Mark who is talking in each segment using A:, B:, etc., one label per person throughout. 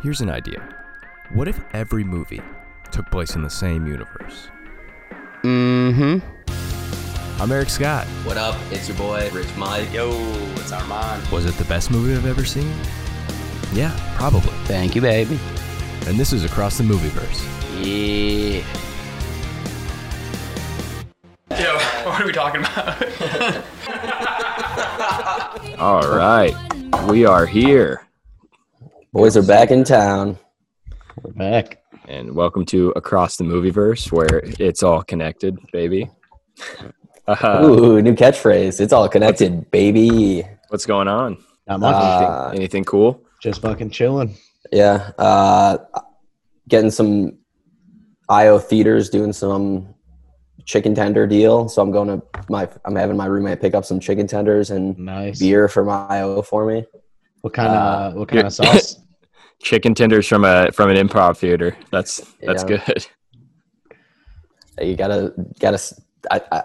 A: Here's an idea. What if every movie took place in the same universe?
B: Mm hmm.
A: I'm Eric Scott.
C: What up? It's your boy, Rich Mike.
D: Yo, it's Armand.
A: Was it the best movie I've ever seen? Yeah, probably.
B: Thank you, baby.
A: And this is Across the Movieverse.
B: Yeah.
D: Yo, what are we talking about?
E: All right, we are here,
C: Boys are back in town.
B: We're back.
E: and welcome to Across the Movieverse, where it's all connected, baby. Uh,
C: Ooh, new catchphrase. It's all connected, baby.
E: what's going on?
F: Not much.
C: Uh,
E: Anything cool?
F: just fucking chilling.
C: yeah. Uh, getting some IO theaters doing some chicken tender deal. So I'm going to my, I'm having my roommate pick up some chicken tenders and
F: Nice.
C: beer from IO for me.
F: What kind
C: Uh,
F: of what kind of sauce?
E: Chicken tenders from a from an improv theater. That's that's
C: Yeah.
E: good.
C: You gotta, gotta, s- I, I,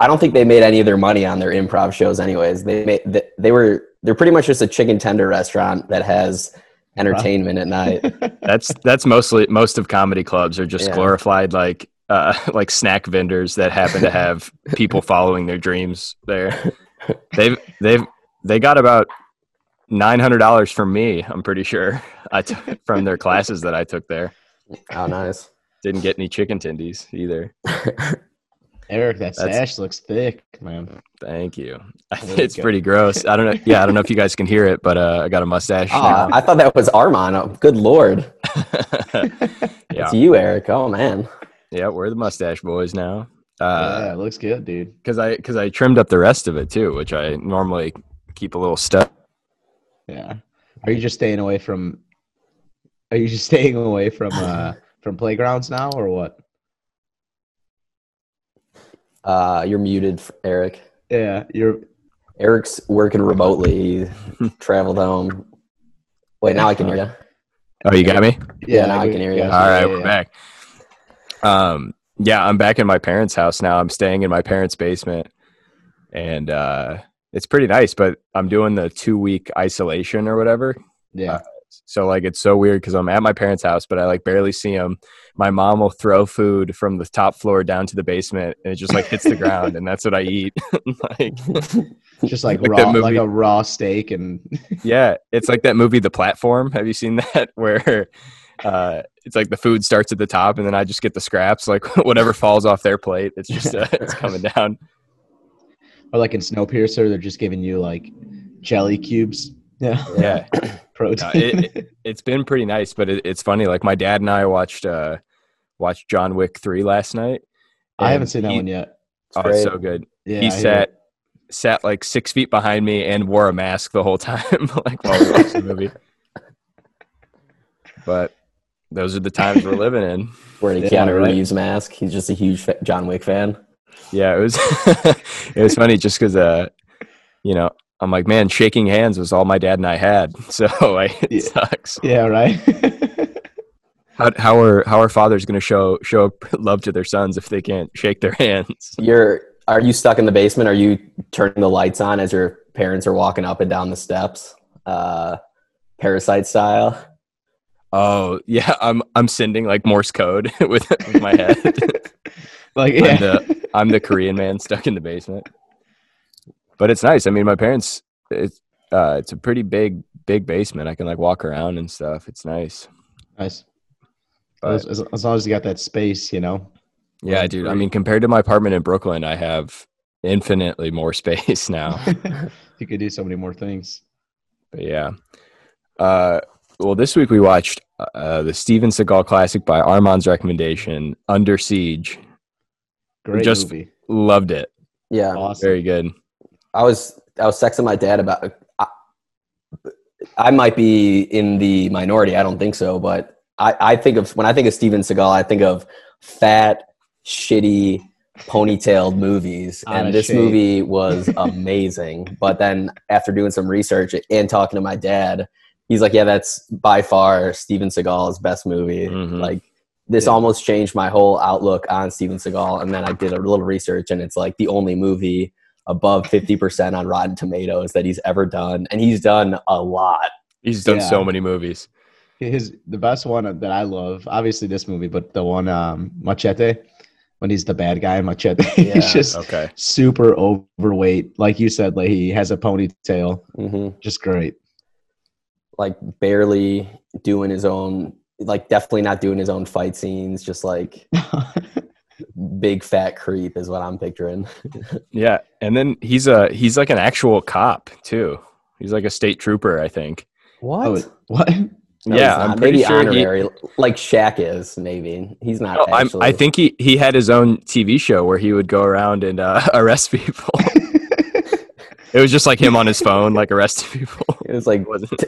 C: I don't think they made any of their money on their improv shows anyways. They made, they, they were, they're pretty much just a chicken tender restaurant that has entertainment at night.
E: That's that's mostly most of comedy clubs are just
C: Yeah.
E: glorified like uh, like snack vendors that happen to have people following their dreams. There, they've they've they got about nine hundred dollars from me. I'm pretty sure I t- from their classes that I took there.
C: Oh, nice.
E: Didn't get any chicken tendies either.
F: Eric, that
E: That's-
F: sash looks thick, man.
E: Thank you.
F: Way to
E: it's
F: go.
E: pretty gross. I don't know. Yeah, I don't know if you guys can hear it, but uh, I got a mustache.
C: Aw,
F: Ah.
C: Uh, I thought that was Armand. Oh, good lord.
E: now. yeah,
C: It's you, Eric. Oh, man.
E: yeah, we're the mustache boys now. Uh,
F: yeah, it looks good, dude.
E: because I because I trimmed up the rest of it too, which I normally keep a little stuff.
F: Yeah. Are you just staying away from? Are you just staying away from uh from playgrounds now or what?
C: Uh, you're muted, Eric.
F: Yeah, you're.
C: Eric's working remotely. He traveled home. Wait, now I can hear you.
E: Oh, you got me.
C: Yeah, now I
F: we-
C: can hear you.
F: yeah,
E: All right,
F: yeah,
E: we're
F: yeah.
E: back. Um, yeah, I'm back in my parents' house now. I'm staying in my parents' basement, and uh, it's pretty nice. But I'm doing the two week isolation or whatever
F: Yeah,
E: So like it's so weird because I'm at my parents' house, but I like barely see them. My mom will throw food from the top floor down to the basement, and it just like hits the ground, and that's what I eat. like
F: just like
E: Like that
F: raw, like
E: movie.
F: a raw steak, and
E: yeah, it's like that movie, The Platform. Have you seen that? Where uh, it's like the food starts at the top, and then I just get the scraps, like whatever falls off their plate. It's just uh, it's coming down.
F: or like in Snowpiercer, they're just giving you like jelly cubes. Yeah,
E: Yeah.
F: protein.
E: it- it's been pretty nice, but it, it's funny. Like my dad and I watched uh, watched John Wick three last night.
F: I haven't
E: and
F: seen that
E: he-
F: one yet.
E: Oh, it's so good.
F: Yeah,
E: he
F: I hear
E: sat sat like six feet behind me and wore a mask the whole time, like while we watched the movie. But those are the times we're living in.
C: Wearing a
F: Yeah,
C: Keanu
F: right.
C: Reeves mask. He's just a huge fa- John Wick fan.
E: Yeah, it was it was funny just because uh, you know, I'm like, man, shaking hands was all my dad and I had, so like, it
F: Yeah.
E: sucks.
F: Yeah, right.
E: How, how are how are fathers going to show show love to their sons if they can't shake their hands?
C: You're, are you stuck in the basement? Are you turning the lights on as your parents are walking up and down the steps? Uh, parasite style.
E: Oh yeah, I'm I'm sending like Morse code with, with my head.
F: like
E: I'm
F: yeah.
E: the I'm the Korean man stuck in the basement. But it's nice. I mean, my parents. It's uh, it's a pretty big big basement. I can like walk around and stuff. It's nice.
F: Nice.
E: But-
F: as, as- as long as you got that space, you know.
E: Yeah,
F: Well,
E: dude. I
F: great.
E: mean, compared to my apartment in Brooklyn, I have infinitely more space now.
F: you could do so many more things.
E: But yeah. Uh, well, this week we watched uh, the Steven Seagal classic by Armand's recommendation, Under Siege.
F: Great
E: Just-
F: movie.
E: Loved it.
C: Yeah.
F: Awesome.
E: Very good.
C: I was I was texting my dad about. I, I might be in the minority. I don't think so, but I, I think of when I think of Steven Seagal, I think of fat, shitty, ponytailed movies,
F: Out
C: and
F: of
C: this
F: shape.
C: movie was amazing. but then after doing some research and talking to my dad, he's like, "Yeah, that's by far Steven Seagal's best movie."
E: Mhm.
C: Like this
F: Yeah.
C: almost changed my whole outlook on Steven Seagal. And then I did a little research, and it's like the only movie above 50% on Rotten Tomatoes that he's ever done. And he's done a lot.
E: He's done
F: Yeah.
E: so many movies.
F: his the best one that I love, obviously this movie, but the one um Machete when he's the bad guy Machete,
C: Yeah.
F: he's just
E: Okay.
F: super overweight. Like you said, like he has a ponytail,
C: hmm
F: just great.
C: Like barely doing his own, like definitely not doing his own fight scenes. Just like big fat creep is what I'm picturing.
E: Yeah, and then he's a he's like an actual cop too. He's like a state trooper, I think.
C: What?
F: Oh, what?
C: No, he's
E: yeah,
C: not.
E: I'm pretty
C: maybe
E: sure he-
C: honorary, like Shaq is. Maybe he's not.
E: No, Oh, I'm,
C: actually.
E: I think he he had his own TV show where he would go around and uh, arrest people. it was just like him on his phone, like arresting people.
C: it was like
E: It wasn't.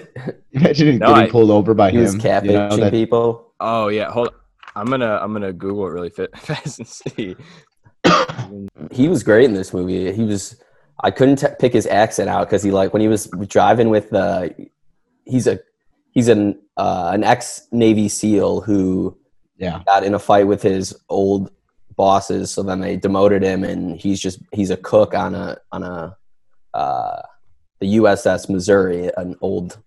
F: Imagine
E: No,
F: getting
E: I-
F: pulled over by
C: he
F: him.
C: was catfishing
F: you know, that-
C: people.
E: Oh yeah, hold. I'm gonna I'm gonna Google it really fit, fast and see.
C: He was great in this movie. He was. I couldn't t- pick his accent out because he like when he was driving with uh, he's a he's an uh, an ex Navy SEAL who
F: yeah.
C: got in a fight with his old bosses so then they demoted him and he's just he's a cook on a on a uh the uss missouri an old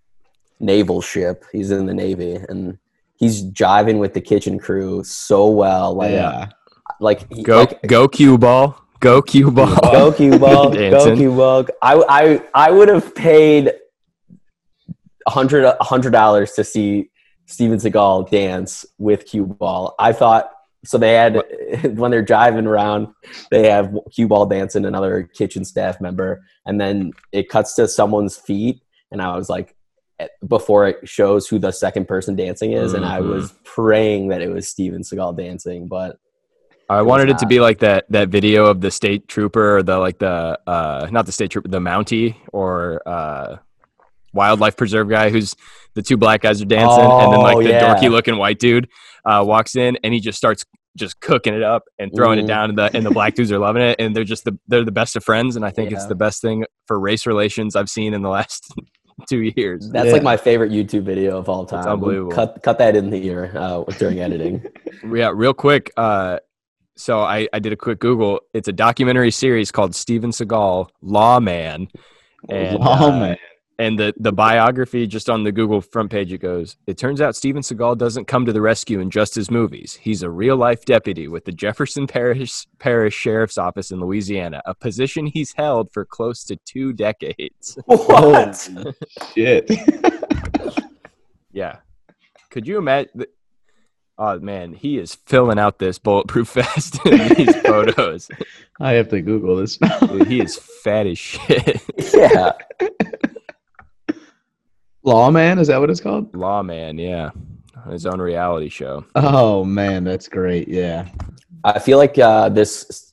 C: naval ship he's in the navy and he's jiving with the kitchen crew so well like
F: yeah.
C: like he-
E: Go
C: like,
E: go cue ball. Go cue ball.
C: go cue ball go
E: Dancing.
C: cue ball i i i would have paid a hundred a hundred dollars to see steven seagal dance with cue ball i thought so they had when they're driving around they have cue ball dancing another kitchen staff member and then it cuts to someone's feet and i was like eh, before it shows who the second person dancing is and i
E: Mhm.
C: was praying that it was steven seagal dancing but
E: I
C: It was
E: wanted it to
C: not.
E: be like that that video of the state trooper or the like the uh not the state trooper the Mountie or uh wildlife preserve guy who's the two black guys are dancing and then like
C: Oh,
E: the
C: yeah.
E: dorky looking white dude uh walks in and he just starts just cooking it up and throwing
C: Mhm.
E: it down and the and the black dudes are loving it and they're just the they're the best of friends and I think it's
C: Yeah.
E: the best thing for race relations I've seen in the last two years.
C: That's
F: Yeah.
C: like my favorite YouTube video of all time. We'll
E: unbelievable.
C: Cut cut that in here uh, during editing.
E: Yeah, real quick. Uh, so I, I did a quick Google. It's a documentary series called Steven Seagal Lawman, and
F: oh
E: uh,
F: man.
E: and the the biography just on the Google front page. It goes. It turns out Steven Seagal doesn't come to the rescue in just his movies. He's a real life deputy with the Jefferson Parish Parish Sheriff's Office in Louisiana, a position he's held for close to two decades.
C: what?
F: Shit.
E: Yeah, could you imagine? Oh man, he is filling out this bulletproof vest in these photos.
F: I have to Google this now.
E: Dude, he is fat as shit.
C: yeah.
F: Lawman, is that what it's called?
E: Lawman, yeah. On His own reality show.
F: Oh man, that's great. Yeah.
C: I feel like uh, this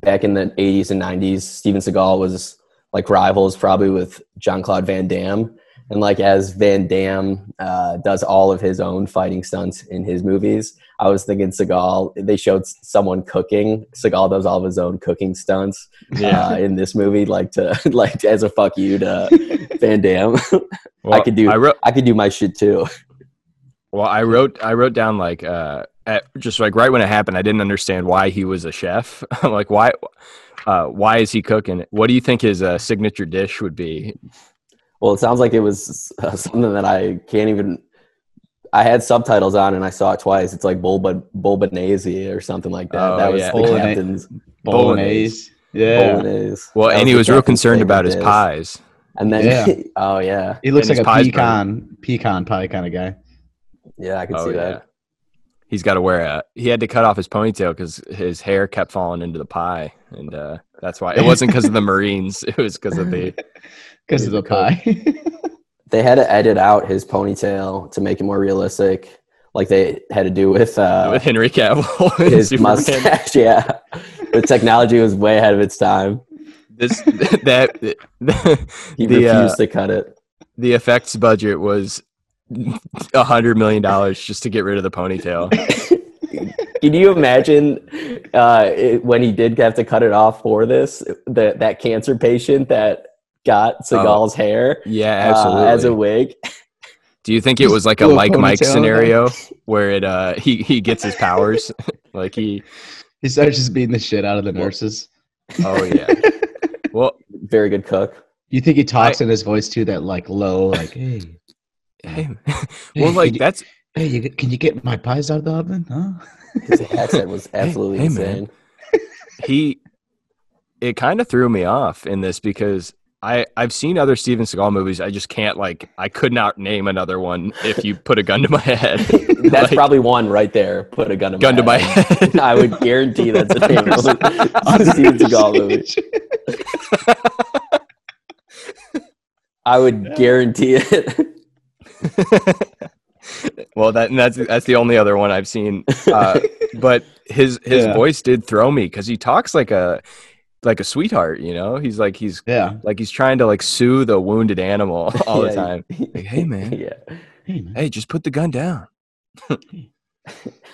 C: back in the 80s and 90s, Steven Seagal was like rivals probably with Jean Claude Van Damme. And like as Van Damme uh, does all of his own fighting stunts in his movies, I was thinking Seagal, they showed s- someone cooking. Seagal does all of his own cooking stunts uh, in this movie, like to, like as a fuck you to Van Damme.
E: Well,
C: could do-
E: I wrote
C: I could do my shit too.
E: well, I wrote I wrote down like uh at, just like right when it happened, I didn't understand why he was a chef. I'm like, why uh why is he cooking? What do you think his uh, signature dish would be?
C: Well, it sounds like it was uh, something that I can't even. I had subtitles on and I saw it twice. It's like Bulba Bulbanese or something like that.
E: Oh,
C: that was
E: yeah.
C: the
F: Bolognese.
C: captain's
E: Bolognese.
F: Bolognese. Yeah.
C: Bolognese.
E: Well,
C: That
E: and he
C: the
E: was real
C: captain's
E: concerned about his
C: favorite dish.
E: pies.
C: And then,
F: Yeah.
C: oh yeah,
F: He looks
E: And his
F: like a
E: pie's
F: pecan, pecan pie kind of guy.
C: yeah, I can
E: Oh
C: see
E: yeah.
C: that.
E: He's got to wear a. He had to cut off his ponytail because his hair kept falling into the pie, and uh, that's why it wasn't because of the Marines. It was because of the
F: Because of the pie.
C: They had to edit out his ponytail to make it more realistic, like they had to do with uh,
E: with Henry Cavill. in
C: his
E: Superman.
C: mustache. yeah, the technology was way ahead of its time.
E: This that the,
C: He
E: the, uh,
C: refused to cut it.
E: the effects budget was a hundred million dollars just to get rid of the ponytail.
C: Can you imagine uh, it, when he did have to cut it off for this? That that cancer patient that got Seagal's hair
E: Yeah,
C: uh,
E: absolutely.
C: as a wig.
E: Do you think it was like a
F: Do a
E: like Mike
F: ponytail.
E: scenario where it uh he he gets his powers like he
F: he starts just beating the shit out of the nurses.
E: oh yeah well
C: Very good cook.
F: You think he talks in his voice too? That like low, like hey,
E: hey, well, like that's
F: Hey, you, can you get my pies out of the oven? Huh?
C: His accent was absolutely
E: hey, man.
C: insane.
E: he it kind of threw me off in this because I, I've seen other Steven Seagal movies. I just can't like I could not name another one if you put a gun to my head.
C: That's
E: Like,
C: probably one right there. Put a gun to
E: gun to my
C: my head.
E: head.
C: I would guarantee that's the name of a Steven Seagal movie. I would guarantee it.
E: well, that and that's that's the only other one I've seen. Uh, but his his
F: Yeah.
E: voice did throw me because he talks like a like a sweetheart. You know, he's like he's
F: Yeah.
E: like he's trying to like soothe a wounded animal all the
C: Yeah.
E: time. Like, hey man,
C: yeah.
F: Hey, man.
E: hey just put the gun down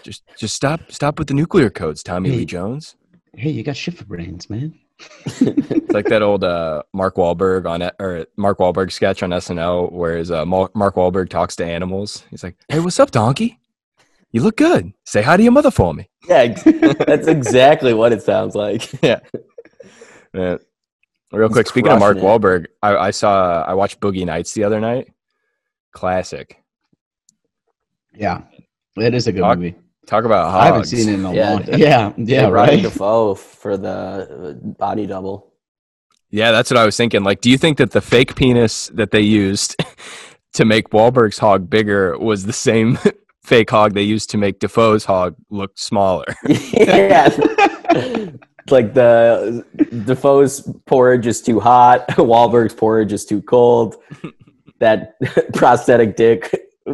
E: just just stop stop with the nuclear codes tommy lee
F: Hey.
E: jones
F: Hey, you got shit for brains, man.
E: it's like that old uh, mark Wahlberg on E, or mark Wahlberg sketch on snl where his, uh, Mar- mark Wahlberg talks to animals he's like hey what's up donkey you look good say hi to your mother for me
C: Yeah, ex- that's exactly what it sounds like.
E: Yeah. real
C: He's
E: quick speaking of mark
C: crushing it.
E: Wahlberg, I, I saw i watched boogie nights the other night classic
F: Yeah. It is a good
E: Hawk-
F: movie.
E: talk about hogs.
F: I haven't seen it in a
C: Yeah.
F: long time. Yeah. Yeah,
C: Hey, Robert
F: right?
C: Defoe for the uh, body double.
E: Yeah, that's what I was thinking. Like, do you think that the fake penis that they used to make Wahlberg's hog bigger was the same fake hog they used to make Defoe's hog look smaller?
C: yeah. It's like the Defoe's porridge is too hot, Wahlberg's porridge is too cold. That prosthetic dick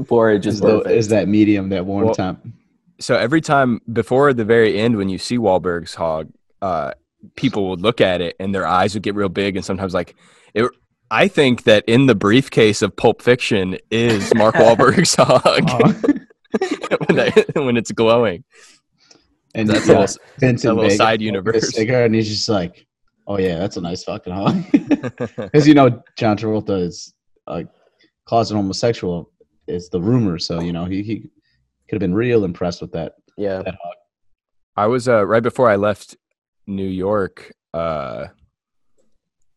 C: porridge is
F: Is, the,
C: perfect.
F: is that medium, that warm
E: Well-
F: top?
E: So every time before the very end, when you see Wahlberg's hog, uh, people would look at it and their eyes would get real big, and sometimes like it. I think that in the briefcase of Pulp Fiction is Mark Wahlberg's hog
F: Oh.
E: when, they- when it's glowing.
F: and
E: That's
F: that's
E: a
F: yeah,
E: little, a
F: Vincent
E: little
F: Vega
E: side
F: with a
E: universe.
F: cigar, and he's just like, "Oh yeah, that's a nice fucking hog," because you know John Travolta is a closet homosexual. Is the rumor, so you know he he could have been real impressed with that.
C: yeah.
E: I was uh, right before I left New York. Uh,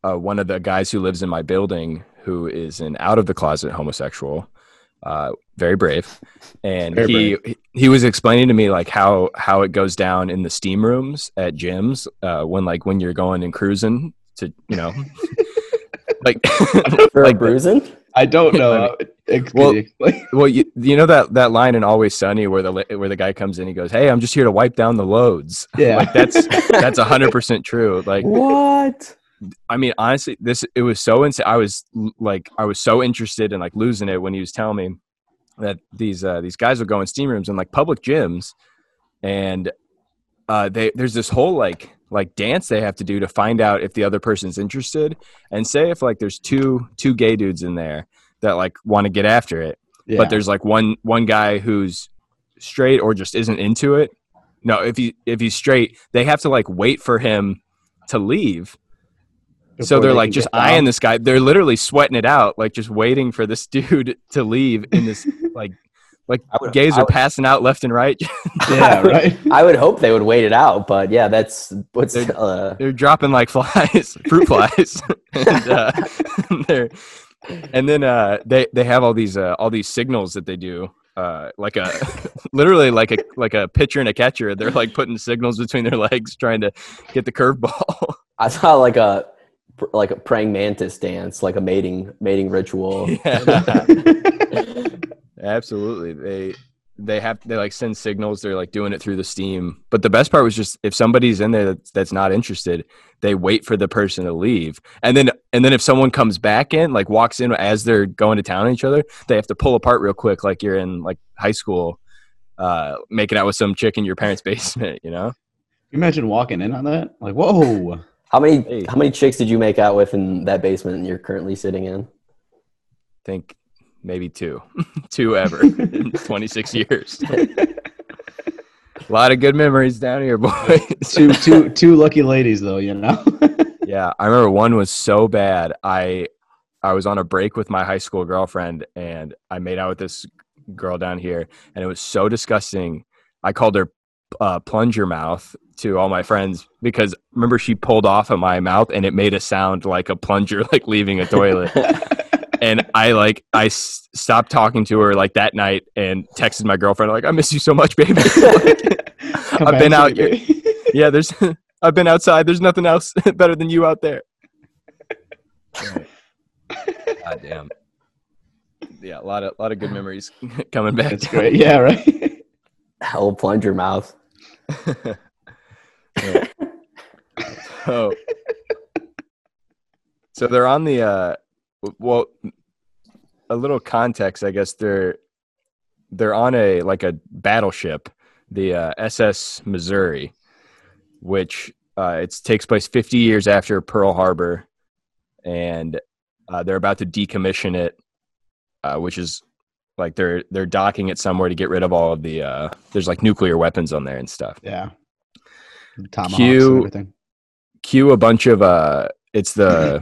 E: uh, one of the guys who lives in my building, who is an out of the closet homosexual, uh, very brave, and
F: Very
E: he he was explaining to me like how how it goes down in the steam rooms at gyms uh, when like when you're going and cruising to you know like
C: For
E: like
C: bruising?
F: I don't know.
E: Well-
F: well,
E: Well, you, you know that that line in Always Sunny where the li- where the guy comes in, he goes, "Hey, I'm just here to wipe down the loads."
F: Yeah.
E: like that's that's hundred percent true. Like,
C: What?
E: I mean, honestly, this it was so insane. I was l- like, I was so interested in like losing it when he was telling me that these uh, these guys would go in steam rooms and like public gyms, and uh, they there's this whole like like dance they have to do to find out if the other person's interested. And say if like there's two two gay dudes in there that like want to get after it
F: yeah.
E: but there's like one one guy who's straight or just isn't into it no if he if he's straight they have to like wait for him to leave so
F: Before
E: they're
F: they
E: like
F: can
E: just
F: get down.
E: eyeing this guy they're literally sweating it out like just waiting for this dude to leave in this like like
C: I would-
E: gays
C: I
E: are
C: would-
E: passing out left and right
F: yeah, right.
C: I would hope they would wait it out, but yeah, that's what's uh,
E: they're dropping like flies, fruit flies, and, uh, they're, and then uh, they they have all these uh, all these signals that they do, uh, like a literally like a like a pitcher and a catcher. They're like putting signals between their legs, trying to get the curveball.
C: I saw like a like a praying mantis dance, like a mating mating ritual.
E: yeah, absolutely. They they have they like send signals. They're like doing it through the steam. But the best part was just if somebody's in there that's, that's not interested, they wait for the person to leave, and then and then if someone comes back in, like walks in as they're going to town on each other, they have to pull apart real quick, like you're in like high school, uh, making out with some chick in your parents' basement. You know,
F: You imagine walking in on that? Like, whoa.
C: How many
E: Hey.
C: how many chicks did you make out with in that basement you're currently sitting in?
E: think maybe two, two ever in 26 years. A lot of good memories down here, boys.
F: two two two lucky ladies though, you know.
E: Yeah, I remember one was so bad. I I was on a break with my high school girlfriend and I made out with this girl down here and it was so disgusting. I called her uh, plunger mouth to all my friends because remember she pulled off of my mouth and it made a sound like a plunger like leaving a toilet. and I like I s- stopped talking to her like that night and texted my girlfriend like I miss you so much, baby.
F: Come
E: I've
F: back
E: been
F: to
E: out
F: it,
E: here.
F: baby.
E: yeah, there's I've been outside. There's nothing else better than you out there. God damn. Yeah, a lot of lot of good memories coming back.
F: That's great. Yeah, right.
C: Hell, plunge your mouth.
E: Yeah. so, so they're on the uh, w- well, a little context, I guess they're they're on a like a battleship, the uh, SS Missouri, which uh, it takes place 50 years after Pearl Harbor, and uh, they're about to decommission it, uh, which is like they're they're docking it somewhere to get rid of all of the uh, there's like nuclear weapons on there and stuff.
F: Yeah. Tomahawks
E: Cue-
F: and everything.
E: cue a bunch of uh it's the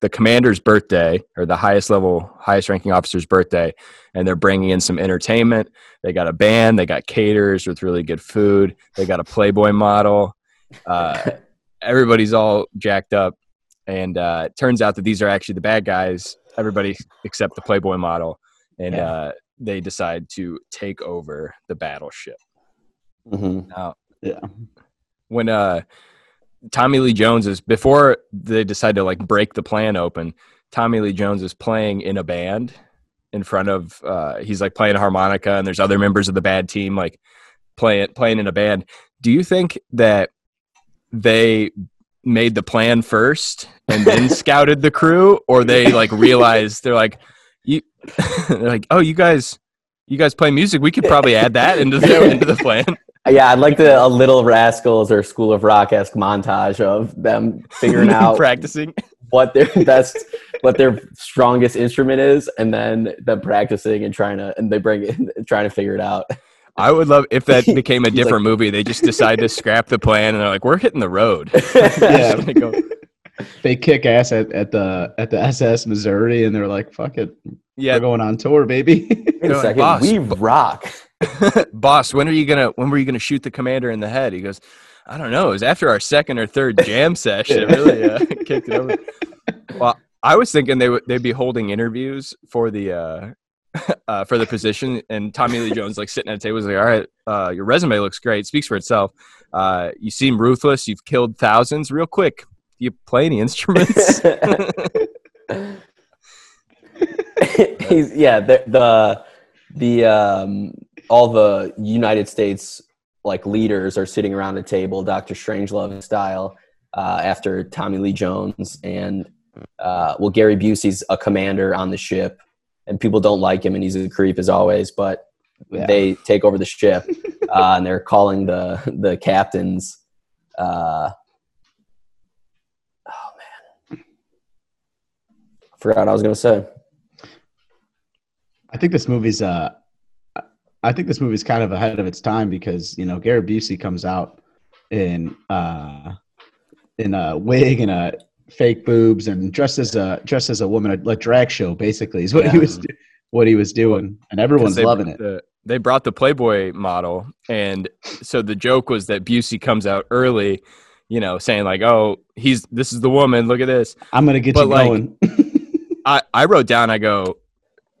E: the commander's birthday or the highest level highest ranking officer's birthday and they're bringing in some entertainment they got a band they got caterers with really good food they got a playboy model uh, everybody's all jacked up and uh, it turns out that these are actually the bad guys everybody except the playboy model and
F: Yeah.
E: uh, they decide to take over the battleship
C: hmm
F: Yeah.
E: when uh Tommy Lee Jones is before they decide to like break the plan open, Tommy Lee Jones is playing in a band in front of uh he's like playing harmonica and there's other members of the bad team like playing playing in a band. Do you think that they made the plan first and then scouted the crew or they like realized they're like you they're like oh you guys you guys play music we could probably add that into the into the plan
C: Yeah, I'd like the a little rascals or School of Rock esque montage of them figuring out
E: practicing
C: what their best, what their strongest instrument is, and then them practicing and trying to, and they bring it, trying to figure it out.
E: I would love if that became a
C: He's like-
E: different movie. They just decide to scrap the plan and they're like, "We're hitting the road."
F: Yeah.
E: Just gonna go-
F: They kick ass at, at the at the SS Missouri and they're like, fuck it.
E: yeah,
F: We're going on tour, baby.
C: Wait
E: They're
C: a
E: like,
C: second,
E: "Boss,
C: we rock.
E: boss. When are you gonna? When were you gonna shoot the commander in the head? He goes, "I don't know. It was after our second or third jam session. It really uh, kicked it over." Well, I was thinking they would they'd be holding interviews for the uh, uh, for the position, and Tommy Lee Jones like sitting at a table was like, "All right, uh, your resume looks great. Speaks for itself. Uh, you seem ruthless. You've killed thousands. Real quick, do you play any instruments?"
C: He's, yeah, the the, the um, all the United States like leaders are sitting around a table, Doctor Strangelove style, uh, after Tommy Lee Jones and uh, well, Gary Busey's a commander on the ship, and people don't like him, and he's a creep as always. But
F: Yeah.
C: they take over the ship, uh, and they're calling the the captains. Uh, oh man, I forgot what I was gonna say.
F: I think this movie's uh I- I think this movie's kind of ahead of its time because, you know, Gary Busey comes out in uh in a wig and a fake boobs and dressed as a dressed as a woman, a, a drag show basically is what he
C: Yeah.
F: was do- what he was doing. And everyone's
E: Because they
F: loving
E: brought
F: it.
E: the- they brought the Playboy model, and so the joke was that Busey comes out early, you know, saying like, "Oh, he's this is the woman. Look at this."
F: I'm gonna get
E: but,
F: you
E: like,
F: going.
E: I I wrote down. I go,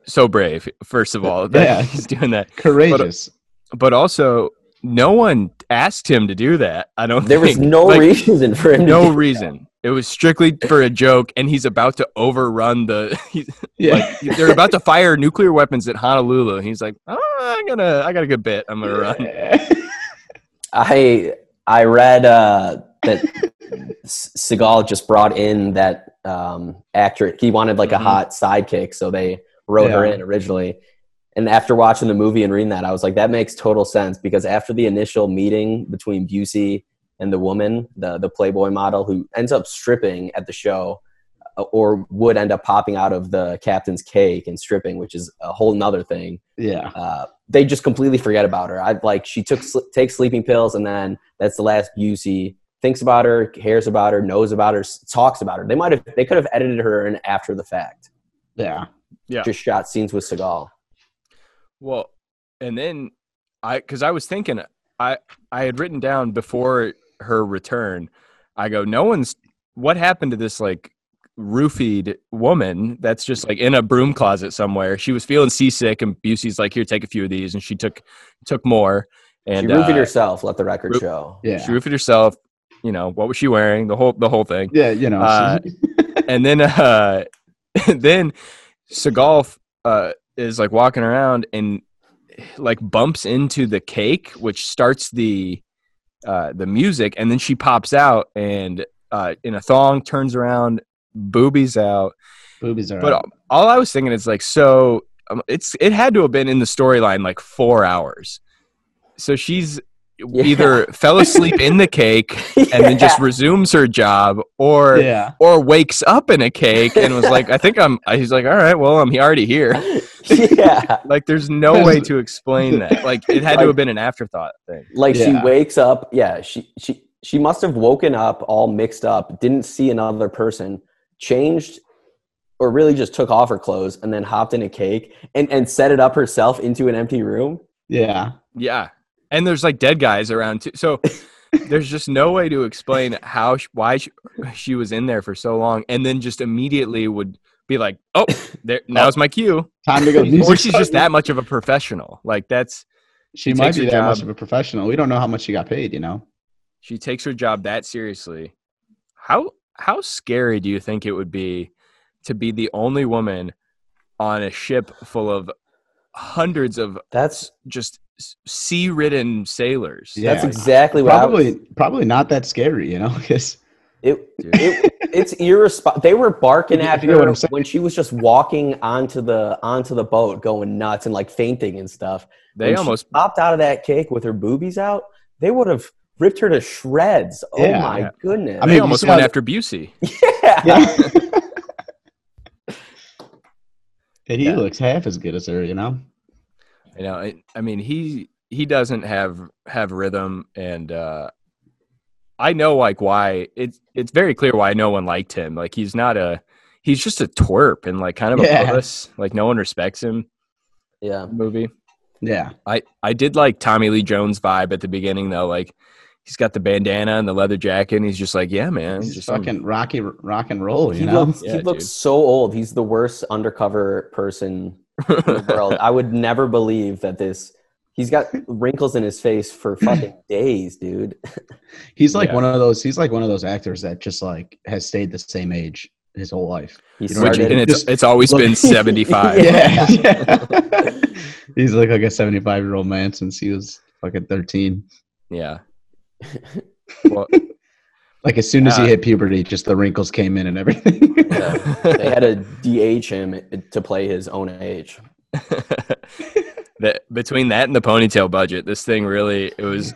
E: so brave. First of all, that
F: Yeah.
E: he's doing that,
F: Courageous.
E: but also no one asked him to do that. I don't.
C: There was
E: think.
C: no
E: Like,
C: reason for him.
E: No
C: to do
E: reason. It was strictly for a joke, and he's about to overrun the. He's,
F: yeah.
E: like, they're about to fire nuclear weapons at Honolulu. And he's like, oh, I'm gonna, I got a good bit. I'm gonna run.
C: I I read uh, that S- Seagal just brought in that um, actor. He wanted like
E: Mhm.
C: a hot sidekick, so they wrote her
F: Yeah.
C: in originally. And after watching the movie and reading that, I was like, that makes total sense because after the initial meeting between Busey and the woman, the the Playboy model who ends up stripping at the show, uh, or would end up popping out of the captain's cake and stripping, which is a whole nother thing
F: yeah.
C: uh, they just completely forget about her. I like she took sl- takes sleeping pills, and then that's the last you see. Thinks about her, cares about her, knows about her, s- talks about her. They might have they could have edited her in after the fact.
F: Yeah.
E: Yeah.
C: Just shot scenes with Seagal.
E: Well, and then I because I was thinking I I had written down before her return. I go, no one's what happened to this like roofied woman that's just like in a broom closet somewhere. She was feeling seasick, and Busey's like, "Here, take a few of these," and she took took more. And
C: she roofied
E: uh,
C: herself. Let the record
E: roof-
C: show.
F: Yeah.
E: she roofied herself. You know what was she wearing? The whole the whole thing.
F: Yeah, you know.
E: Uh, and then uh then Seagal uh is like walking around and like bumps into the cake which starts the uh the music and then she pops out and uh in a thong turns around boobies out
F: boobies are
E: but all, all I was thinking is like so um, it's it had to have been in the storyline like 4 hours so she's either fell asleep in the cake and then just resumes her job or
F: yeah.
E: or wakes up in a cake and was like, I think I'm. He's like, all right, well, I'm already here.
C: yeah.
E: Like, there's no way to explain that. Like, it had to have been an afterthought thing.
C: Like she
F: Yeah.
C: wakes up. Yeah. She she she must have woken up all mixed up. Didn't see another person. Changed, or really just took off her clothes and then hopped in a cake and and set it up herself into an empty room.
F: Yeah.
E: Yeah, and there's like dead guys around too. So there's just no way to explain how sh why she, she was in there for so long, and then just immediately would be like, oh, there, now's my cue.
F: Time to go. Music
E: Or she's just
F: started.
E: that much of a professional. Like that's
F: She
E: takes
F: might be
E: her
F: that much
E: job.
F: of a professional. We don't know how much she got paid, you know?
E: she takes her job that seriously. How how scary do you think it would be to be the only woman on a ship full of hundreds of
C: That's
E: just sea ridden sailors?
F: Yeah.
C: that's exactly what I was-
F: Probably, probably not that scary, you know? Because
C: It,
E: Dude.
C: it it's irresponsible. They were barking
F: You
C: at
F: hear what
C: her
F: I'm saying?
C: when she was just walking onto the onto the boat, going nuts and like fainting and stuff.
E: They
C: When she
E: almost
C: popped out of that cake with her boobies out. They would have ripped her to shreds.
F: Yeah.
C: oh my
E: Yeah.
C: goodness!
F: I
E: they
F: mean, you
E: almost
F: see
E: went
F: how-
E: after Busey.
C: yeah.
F: yeah. and he
E: Yeah.
F: looks half as good as her, you know?
E: You know, I, I mean he he doesn't have have rhythm and uh I know like why it's it's very clear why no one liked him. Like he's not a he's just a twerp and like kind of
F: Yeah.
E: a puss. Like no one respects him
C: yeah.
E: movie.
F: Yeah.
E: I I did like Tommy Lee Jones vibe at the beginning though. Like he's got the bandana and the leather jacket. and He's just like, yeah, man,
F: He's
E: just some-
F: fucking rocky, rock and roll, you
C: He
F: know?
C: looks he
E: Yeah,
C: looks
E: dude.
C: so old. He's the worst undercover person in the world. I would never believe that this. He's got wrinkles in his face for fucking days, dude.
F: He's like
E: Yeah.
F: one of those. He's like one of those actors that just like has stayed the same age his whole life.
C: He
F: You know what
E: Which,
F: I
C: started.
E: and it's
F: Just
E: it's always
F: look-
E: been seventy five.
F: Yeah, yeah. he's like like a seventy-five year old man since he was fucking thirteen.
E: yeah. Well,
F: Like as soon as
E: Uh,
F: he hit puberty, just the wrinkles came in and everything.
C: they had to DH him to play his own age.
E: that between that and the ponytail budget, this thing really it was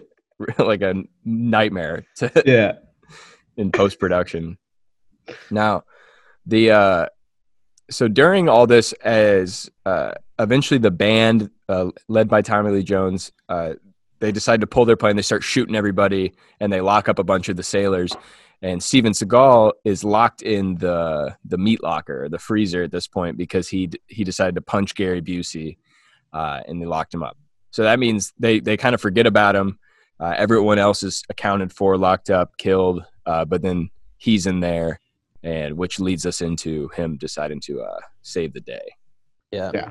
E: like a nightmare to,
F: yeah,
E: in post production. Now, the uh, so during all this, as uh, eventually the band uh, led by Tommy Lee Jones, uh, they decide to pull their plane. They start shooting everybody, and they lock up a bunch of the sailors. And Steven Seagal is locked in the the meat locker, the freezer at this point, because he d- he decided to punch Gary Busey, uh, and they locked him up. So that means they they kind of forget about him. Uh, everyone else is accounted for, locked up, killed. Uh, but then he's in there, and which leads us into him deciding to uh, save the day.
C: Yeah.
F: Yeah.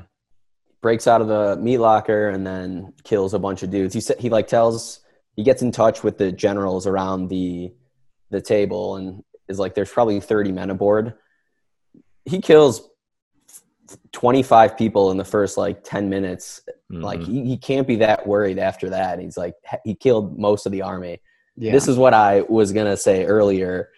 C: Breaks out of the meat locker and then kills a bunch of dudes. He said he like tells he gets in touch with the generals around the the table and is like there's probably 30 men aboard. He kills 25 people in the first like 10 minutes. Like
E: Mhm.
C: he, he can't be that worried after that. He's like he killed most of the army.
F: yeah.
C: this is what I was gonna say earlier.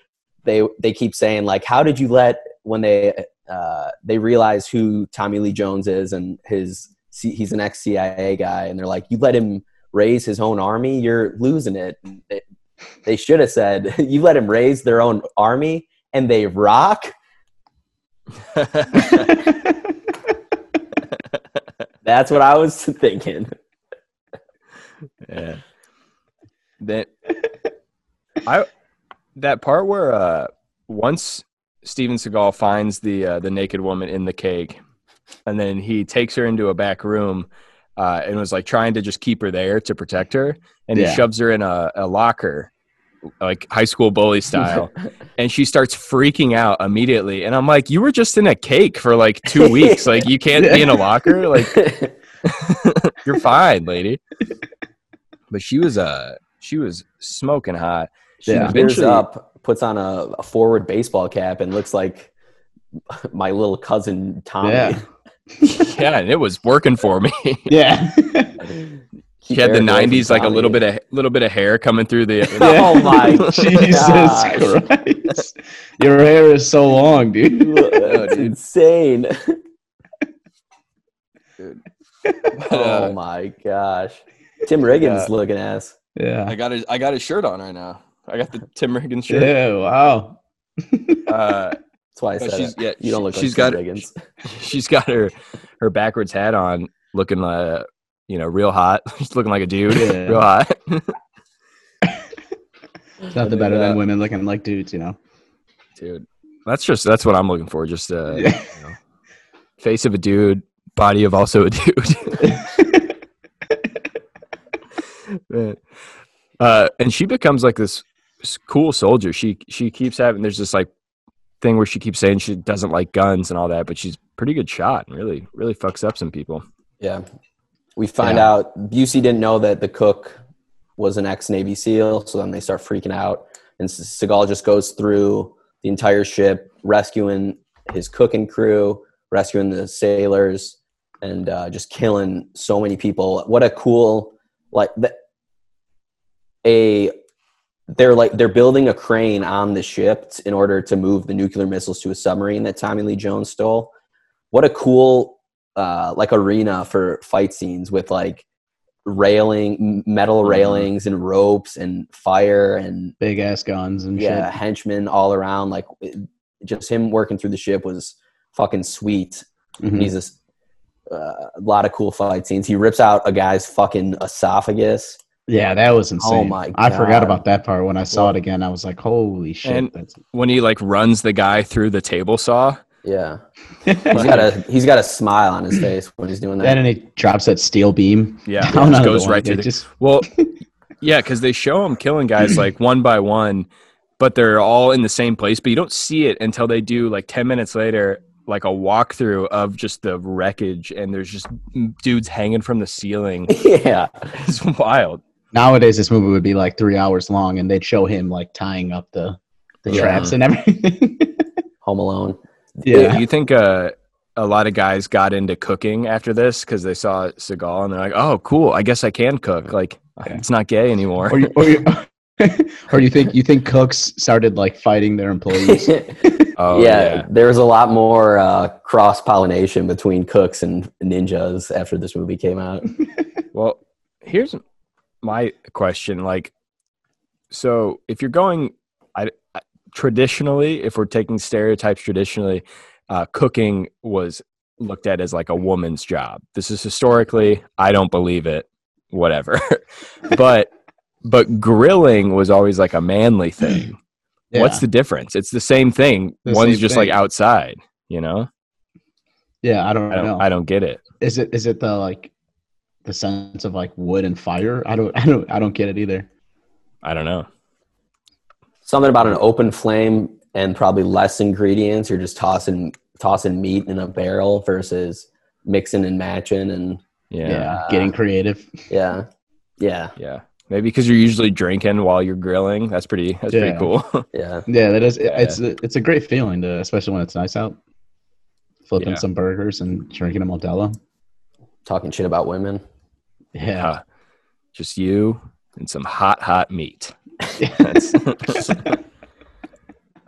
C: They they keep saying like, how did you let when they uh, they realize who Tommy Lee Jones is and his he's an ex CIA guy, and they're like, you let him raise his own army, you're losing it. They, they should have said, you let him raise their own army, and they rock. That's what I was thinking.
E: yeah. That I that part where uh, once Steven Seagal finds the uh, the naked woman in the cake, and then he takes her into a back room. Uh, and was like trying to just keep her there to protect her, and
F: Yeah.
E: he shoves her in a, a locker like high school bully style, and she starts freaking out immediately. And I'm like, you were just in a cake for like two weeks. Like you can't be in a locker. Like you're fine, lady. But she was uh she was smoking hot.
C: she gears
F: Yeah.
E: Eventually-
C: up, puts on a, a forward baseball cap, and looks like my little cousin Tommy.
F: Yeah.
E: yeah, and it was working for me.
F: Yeah.
E: She had the
C: Keep Eric away
E: '90s
C: from
E: like a little
C: Tommy.
E: bit of little bit of hair coming through the.
F: Yeah.
C: Oh my
F: Jesus
C: gosh.
F: Christ. Your hair is so long, dude.
C: It's insane.
E: Uh, uh,
C: oh my gosh. Tim Riggins
E: Yeah.
C: looking ass.
F: Yeah.
E: I got a I got a shirt on right now. I got the Tim Riggins shirt.
F: Yeah, wow.
E: Uh,
C: That's why I
E: but
C: said
E: she's
C: it.
E: yeah.
C: You don't look
E: she's
C: like
E: got
C: Tim Riggins.
E: she's got her her backwards hat on, looking uh you know real hot. She's looking like a dude,
F: Yeah.
E: real hot.
F: It's nothing better than women looking like dudes, you know.
E: dude. That's just that's what I'm looking for. Just uh,
F: Yeah.
E: face of a dude, body of also a dude. Man. Uh, and she becomes like this s- cool soldier. She she keeps having there's this like thing where she keeps saying she doesn't like guns and all that, but she's a pretty good shot and really really fucks up some people.
C: Yeah. We find
F: Yeah.
C: out Busey didn't know that the cook was an ex Navy SEAL, so then they start freaking out. And Se- Seagal just goes through the entire ship, rescuing his cook and crew, rescuing the sailors, and uh, just killing so many people. What a cool, like, th- a. They're like they're building a crane on the ship t- in order to move the nuclear missiles to a submarine that Tommy Lee Jones stole. What a cool uh, like arena for fight scenes with like railing m- metal
E: Mhm.
C: railings and ropes and fire and
F: Big ass guns and
C: yeah
F: shit.
C: henchmen all around like it- just him working through the ship was fucking sweet
F: Mhm.
C: he's just uh, a lot of cool fight scenes he rips out a guy's fucking esophagus
F: Yeah, that was insane.
C: Oh my
F: I forgot
C: God.
F: about that part when I saw it again. I was like, holy shit.
E: And-
F: that's
E: When he like runs the guy through the table saw,
C: yeah he's got a he's got a smile on his face when he's doing
F: then
C: that
F: and he drops that steel beam.
E: yeah,
F: down
E: just
F: onto
E: goes
F: Oh, the
E: right through the
F: through just
E: Well, yeah, because they show them killing guys like one by one, but they're all in the same place. But you don't see it until they do like ten minutes later, like a walkthrough of just the wreckage, and there's just dudes hanging from the ceiling.
C: yeah
E: It's wild.
F: nowadays this movie would be like three hours long, and they'd show him like tying up the the
C: Yeah.
F: traps and everything.
C: home alone
E: Do
F: yeah,
E: you think uh, a lot of guys got into cooking after this because they saw Seagal and they're like, "Oh, cool, I guess I can cook. Like,
F: Yeah.
E: it's not gay anymore."
F: or you, or you, or you think you think cooks started like fighting their employees?
E: oh,
C: yeah, there was a lot more uh, cross pollination between cooks and ninjas after this movie came out.
E: Well, here's my question. Like, so if you're going, I, I- traditionally, if we're taking stereotypes traditionally, uh, cooking was looked at as like a woman's job. This is historically, I don't believe it, whatever. but, but grilling was always like a manly thing.
F: Yeah.
E: What's the difference? It's the same thing.
F: The
E: One's
F: same
E: just like
F: thing.
E: outside, you know?
F: yeah? I don't,
E: I don't,
F: know.
E: I don't get it.
F: is it is it the like the sense of like wood and fire? I don't I don't I don't get it either.
E: I don't know.
C: Something about an open flame and probably less ingredients. You're just tossing tossing meat in a barrel versus mixing and matching, and
F: Yeah,
E: yeah.
F: getting creative.
C: yeah, yeah,
E: Yeah. Maybe because you're usually drinking while you're grilling. That's pretty that's pretty
F: Yeah.
E: cool.
C: yeah.
F: Yeah, that is. it-
E: Yeah.
F: It's a- it's a great feeling, to, especially when it's nice out. Flipping
E: Yeah.
F: some burgers and drinking a Modelo.
C: Talking shit about women.
F: Yeah,
E: Uh, just you and some hot, hot meat.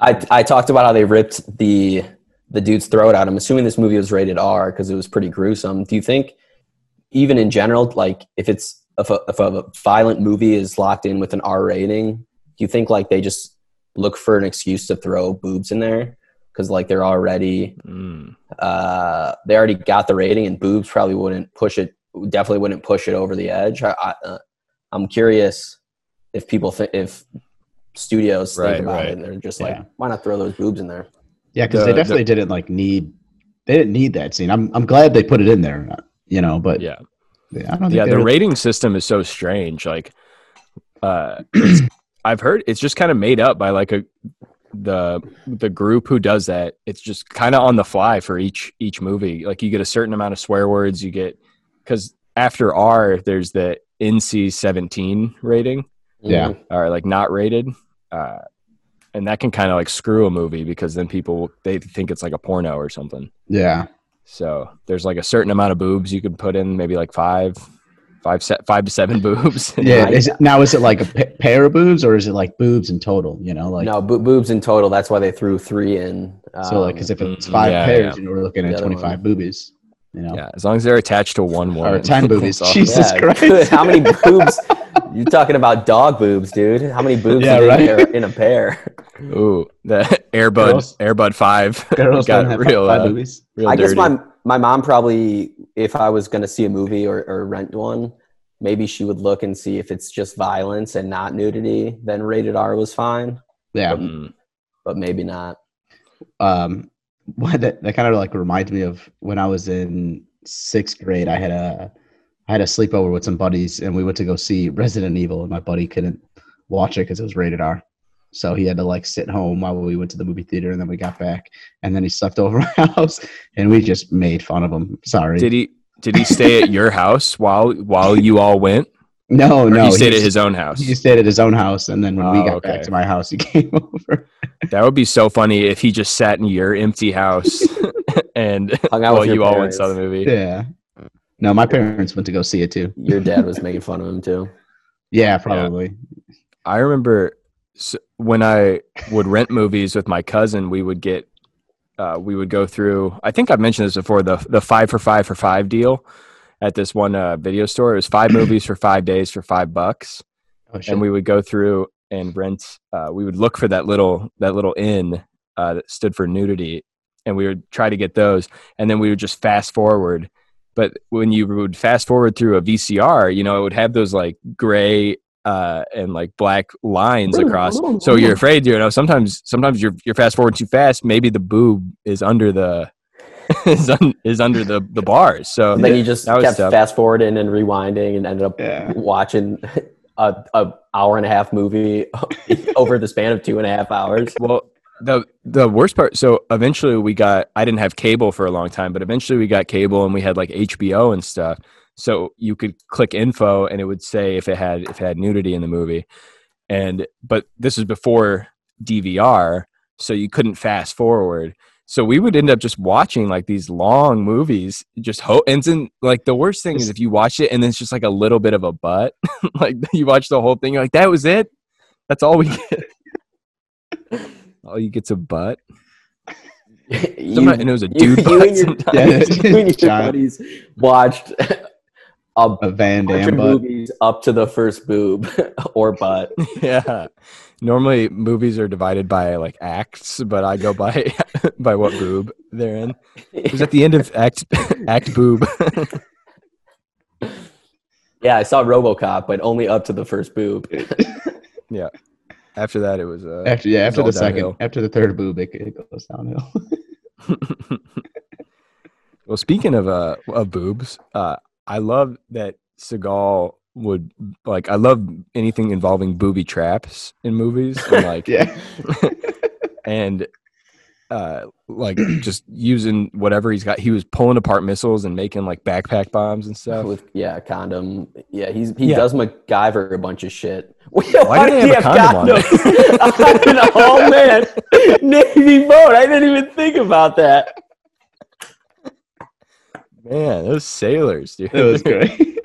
C: I I talked about how they ripped the the dude's throat out. I'm assuming this movie was rated R because it was pretty gruesome. Do you think, even in general, like if it's if a, if a violent movie is locked in with an R rating, do you think like they just look for an excuse to throw boobs in there because like they're already
E: Mm.
C: uh, they already got the rating and boobs probably wouldn't push it definitely wouldn't push it over the edge I, I, uh, i'm curious if people thi- if studios think
E: Right,
C: about
E: right.
C: it and they're just like
F: Yeah.
C: why not throw those boobs in there
F: yeah, because
E: The-
F: they
E: the-
F: definitely didn't like need. They didn't need that scene. I'm I'm glad they put it in there. You know, but
E: Yeah.
F: I don't think
E: Yeah.
F: they
E: The
F: would-
E: rating system is so strange. Like, uh, it's- I've heard it's just kind of made up by like a the the group who does that. It's just kind of on the fly for each each movie. Like you get a certain amount of swear words. You get because after R, there's the NC seventeen rating
F: Yeah.
E: or like not rated, uh, and that can kind of like screw a movie because then people they think it's like a porno or something.
F: Yeah.
E: So there's like a certain amount of boobs you can put in, maybe like five, five, se- five to seven boobs.
F: Yeah. Is it, now, is it like a pa- pair of boobs or is it like boobs in total? You know, like,
C: no bo- boobs in total. That's why they threw three in.
F: so like,
C: Um,
F: because if it's
E: Mm,
F: five
E: yeah,
F: pairs,
E: yeah.
F: you know, we're looking
C: The
F: at
C: other
F: 25 boobies, you know,
E: yeah, as long as they're attached to one woman.
F: or 10 boobies.
E: That's all.
F: Jesus Christ.
C: How many boobs? you talking about dog boobs, dude? How many boobs
F: Yeah,
C: are they-
F: right.
C: are in a pair?
E: Ooh, the Airbud
F: Girls-
E: Airbud Five
F: Girls
E: got
F: don't have
E: real,
F: five
E: uh,
F: boobies.
E: real
C: I guess
E: dirty.
C: my my mom probably, if I was going to see a movie or, or rent one, maybe she would look and see if it's just violence and not nudity. Then rated R was fine,
F: Yeah.
E: Mm.
C: but maybe not.
F: um what that, that kind of like reminds me of when I was in sixth grade. I had a I had a sleepover with some buddies, and we went to go see Resident Evil, and my buddy couldn't watch it because it was rated R. So he had to like sit home while we went to the movie theater, and then we got back, and then he slept over my house, and we just made fun of him. Sorry,
E: Did he did he stay at your house while while you all went?
F: no,
E: Or
F: no,
E: he stayed at
F: was-
E: his own house.
F: He stayed at his own house, and then when we
E: Oh,
F: got back
E: okay.
F: to my house, he came over.
E: That would be so funny if he just sat in your empty house and
C: Hung out
E: while
C: with your
E: Oh, you all
C: parents.
E: went saw the movie.
F: Yeah, no, my parents went to go see it too.
C: Your dad was making fun of him too.
F: Yeah, probably.
E: I remember s when I would rent movies with my cousin, we would get, uh, we would go through. I think I've mentioned this before the the five for five for five deal at this one uh, video store. It was five movies for five days for five bucks,
F: Oh, shit.
E: and we would go through and rent. Uh, we would look for that little that little inn uh, that stood for nudity, and we would try to get those, and then we would just fast forward. But when you would fast forward through a VCR, you know it would have those like gray uh, and like black lines across. So you're afraid, you know. Sometimes, sometimes you're you're fast forward too fast. Maybe the boob is under the is, un, is under the the bars. So
C: And then you just
E: Oh, that was
C: kept
E: tough.
C: fast forwarding and rewinding and ended up
F: Yeah.
C: watching a, a hour and a half movie over the span of two and a half hours.
E: Well, the the worst part. So eventually we got. I didn't have cable for a long time, but eventually we got cable and we had like HBO and stuff. So you could click info and it would say if it had if it had nudity in the movie. And but this is before DVR, so you couldn't fast forward. So we would end up just watching like these long movies. Just ho- and then like the worst thing is if you watch it and then it's just like a little bit of a butt. like you watch the whole thing, you're like that was it. That's all we get. all you get's a butt.
C: You-
E: Sometimes, and it was a
C: You,
E: dude
C: you
E: butt.
C: and your,
E: sometimes.
F: Yeah.
C: you and your
F: Giant.
C: buddies watched a
F: a Van
C: bunch
F: Damme
C: of
F: butt.
C: movies up to the first boob or butt.
E: yeah. Normally movies are divided by like acts, but I go by by what boob they're in. It was at the end of act act boob.
C: yeah, I saw RoboCop, but only up to the first boob.
E: After that, it was uh,
F: After yeah,
E: It's
F: after
E: all
F: the second,
E: downhill.
F: after the third boob, it, it goes downhill.
E: well, speaking of uh of boobs, uh, I love that Seagal would like. I love anything involving booby traps in movies. And, like,
F: yeah,
E: and uh like just using whatever he's got he was pulling apart missiles and making like backpack bombs and stuff
C: With yeah, condom. Yeah, he's he
E: Yeah.
C: does MacGyver a bunch of shit. Why,
E: do they have a condom on?
C: condoms? I'm an old man. Navy boat. I didn't even think about that.
E: man those sailors dude
F: it was great.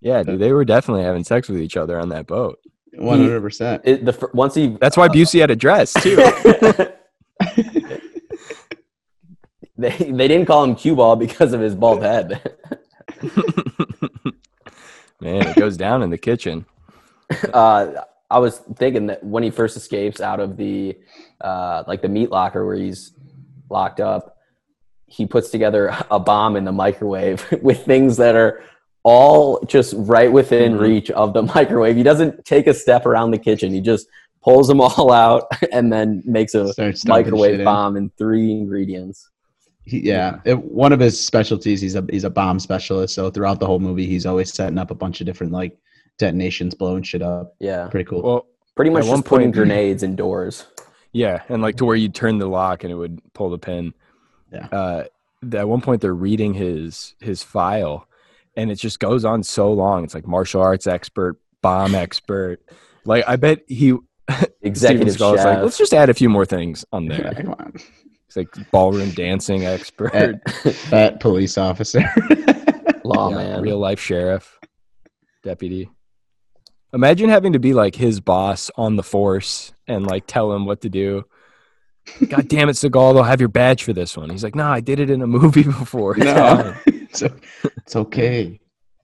E: yeah dude they were definitely having sex with each other on that boat
F: One hundred percent.
C: It, the fir- once he
E: that's why busey had a dress too
C: they they didn't call him cue ball because of his bald head.
E: man it goes down in the kitchen
C: uh, I was thinking that when he first escapes out of the uh, like the meat locker where he's locked up, he puts together a bomb in the microwave with things that are all just right within
E: Mhm.
C: reach of the microwave. He doesn't take a step around the kitchen. He just pulls them all out and then makes a
F: Starts dumping shit
C: microwave
F: in.
C: bomb in three ingredients.
F: He- yeah, It- one of his specialties. He's a he's a bomb specialist. So throughout the whole movie, he's always setting up a bunch of different like detonations blowing shit up.
C: Yeah.
F: Pretty cool.
E: Well,
C: Pretty much
E: At one
C: just putting
E: point-
C: grenades indoors.
E: yeah, and like to where you turn the lock and it would pull the pin.
F: Yeah.
E: Uh, th- at one point, they're reading his his file, and it just goes on so long. It's like martial arts expert, bomb expert. Like I bet he Steven
C: Executive
E: Seagal's like,
C: chef.
E: let's just add a few more things on
F: yeah,
E: there.
F: come on.
E: It's like ballroom dancing expert,
F: Eh, Fat police officer.
E: Yeah,
C: lawman.
E: real life sheriff, deputy. Imagine having to be like his boss on the force and like tell him what to do. God damn it, Seagal, they'll have your badge for this one. He's like, nah, I did it in a movie before. It's
F: no,
E: fine."
F: it's, o- it's okay.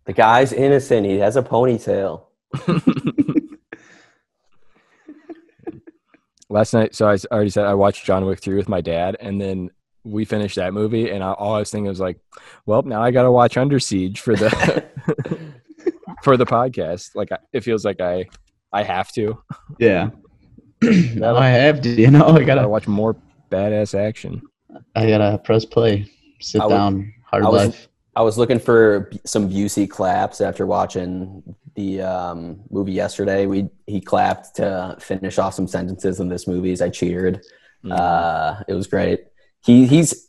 C: The guy's innocent. He has a ponytail.
E: Last night, so I s- already said I watched John Wick 3 with my dad, and then we finished that movie, and I, all I was thinking was like, well, now I got to watch Under Siege for the for the podcast. Like, I- it feels like I I have to.
F: Yeah. now I have to, you know, I
E: I gotta
F: gotta,
E: watch more badass action.
F: I gotta press play, sit
C: I was-
F: down, hard
C: I was-
F: life.
C: I was looking for B- some Busey claps after watching the um, movie yesterday. We he clapped to finish off some sentences in this movie. as I cheered.
E: Mm.
C: Uh, it was great. He he's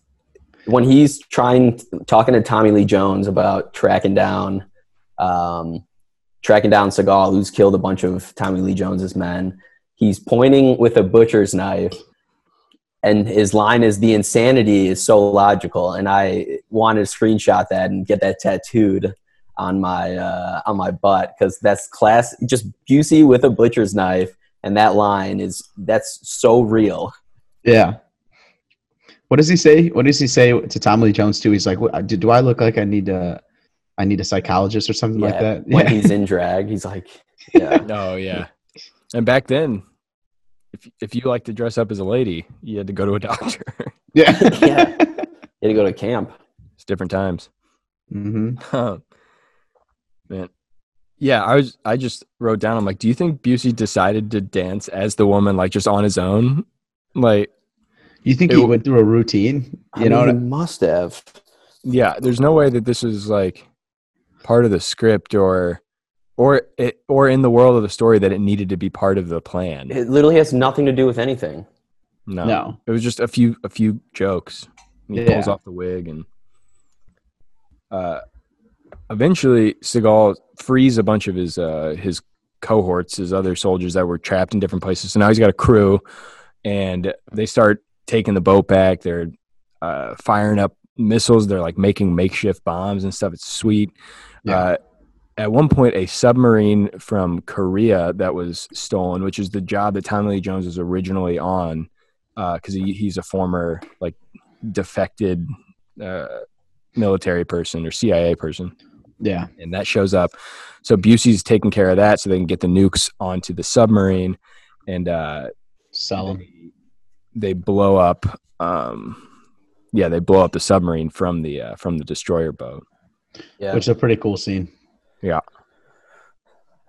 C: when he's trying talking to Tommy Lee Jones about tracking down um, tracking down Seagal, who's killed a bunch of Tommy Lee Jones's men. He's pointing with a butcher's knife, and his line is "the insanity is so logical." And I wanted to screenshot that and get that tattooed on my uh, on my butt because that's class. Just Busey with a butcher's knife, and that line is that's so real.
F: Yeah. What does he say? What does he say to Tom Lee Jones too? He's like, what, do, "Do I look like I need a, I need a psychologist or something like that?"
C: When
F: Yeah.
C: he's in drag, he's like, yeah.
E: Oh yeah, and back then, if if you like to dress up as a lady, you had to go to a doctor.
F: yeah.
C: Yeah. You had to go to camp.
E: it's different times. Um,
F: hmm
E: Man, yeah, I was. I just wrote down. I'm like, do you think Busey decided to dance as the woman, like just on his own? Like,
F: You think
E: It
F: he
E: w-
F: went through a routine? You
C: I
F: know,
C: mean,
F: what
C: he
F: I-
C: must have.
E: yeah, there's no way that this is like part of the script or. Or it, or in the world of the story that it needed to be part of the plan.
C: It literally has nothing to do with anything.
E: No,
F: no.
E: It was just a few a few jokes. And he pulls
F: Yeah.
E: off the wig and uh, eventually Seagal frees a bunch of his uh, his cohorts, his other soldiers that were trapped in different places. So now he's got a crew and they start taking the boat back. They're uh, firing up missiles. They're like making makeshift bombs and stuff. It's sweet.
F: Yeah.
E: Uh, at one point, a submarine from Korea that was stolen, which is the job that Tommy Lee Jones was originally on, because uh, he, he's a former like defected uh, military person or CIA person
F: Yeah.
E: and that shows up. So Busey's taking care of that, so they can get the nukes onto the submarine, and uh,
F: Sell him.
E: they blow up. Um, yeah, they blow up the submarine from the uh, from the destroyer boat.
C: Yeah.
F: Which is a pretty cool scene.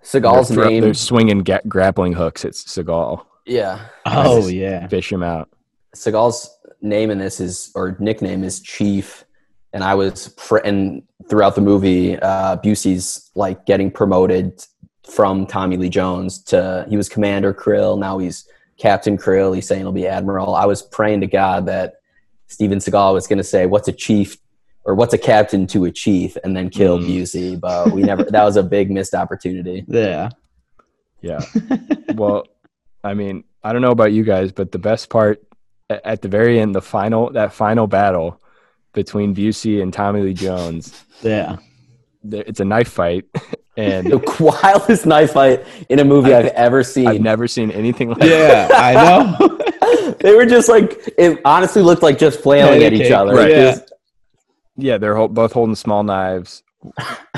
C: Seagal's
E: they're, thro-
C: name.
E: They're swinging ga- grappling hooks at Seagal,
C: yeah.
F: Oh yeah.
E: fish him out.
C: Seagal's name in this is, or nickname is Chief. And I was, fr- and throughout the movie, uh, Busey's like getting promoted from Tommy Lee Jones to, he was Commander Krill. Now he's Captain Krill. He's saying he'll be Admiral. I was praying to God that Steven Seagal was going to say, what's a chief or what's a captain to a chief and then kill
E: Mm.
C: Busey. But we never, that was a big missed opportunity.
F: Yeah.
E: Yeah. well, I mean, I don't know about you guys, but the best part a- at the very end, the final that final battle between Busey and Tommy Lee Jones,
F: Yeah.
E: there- it's a knife fight, and
C: The wildest knife fight in a movie I've, ever seen.
E: I've never seen anything like that.
F: Yeah. I know.
C: they were just like it honestly looked like just flailing at each
F: Pancake,
C: other
E: right.
F: Yeah.
C: Just-
E: Yeah, they're hol- both holding small knives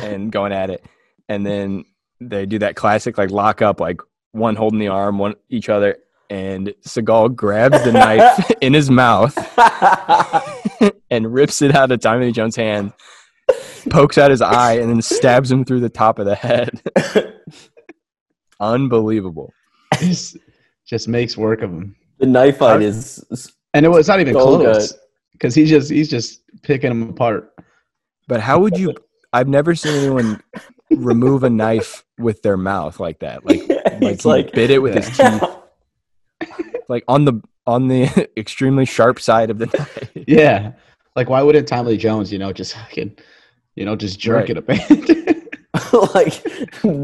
E: and going at it. And then they do that classic like lock up, like one holding the arm, one each other. And Seagal grabs the knife in his mouth and rips it out of Tommy Lee Jones' hand, pokes out his eye, and then stabs him through the top of the head. Unbelievable.
F: It's- just makes work of him.
C: the knife fight is
F: And it was not even
C: So
F: close because he's just he's just picking them apart.
E: But how would you? I've never seen anyone remove a knife with their mouth like that. Like like
C: it's
E: he
C: like
E: bit it with his teeth. Like on the on the extremely sharp side of the knife.
F: Yeah. Like, why wouldn't Tommy Jones, you know, just fucking, you know, just jerk
E: Right.
F: it a bit?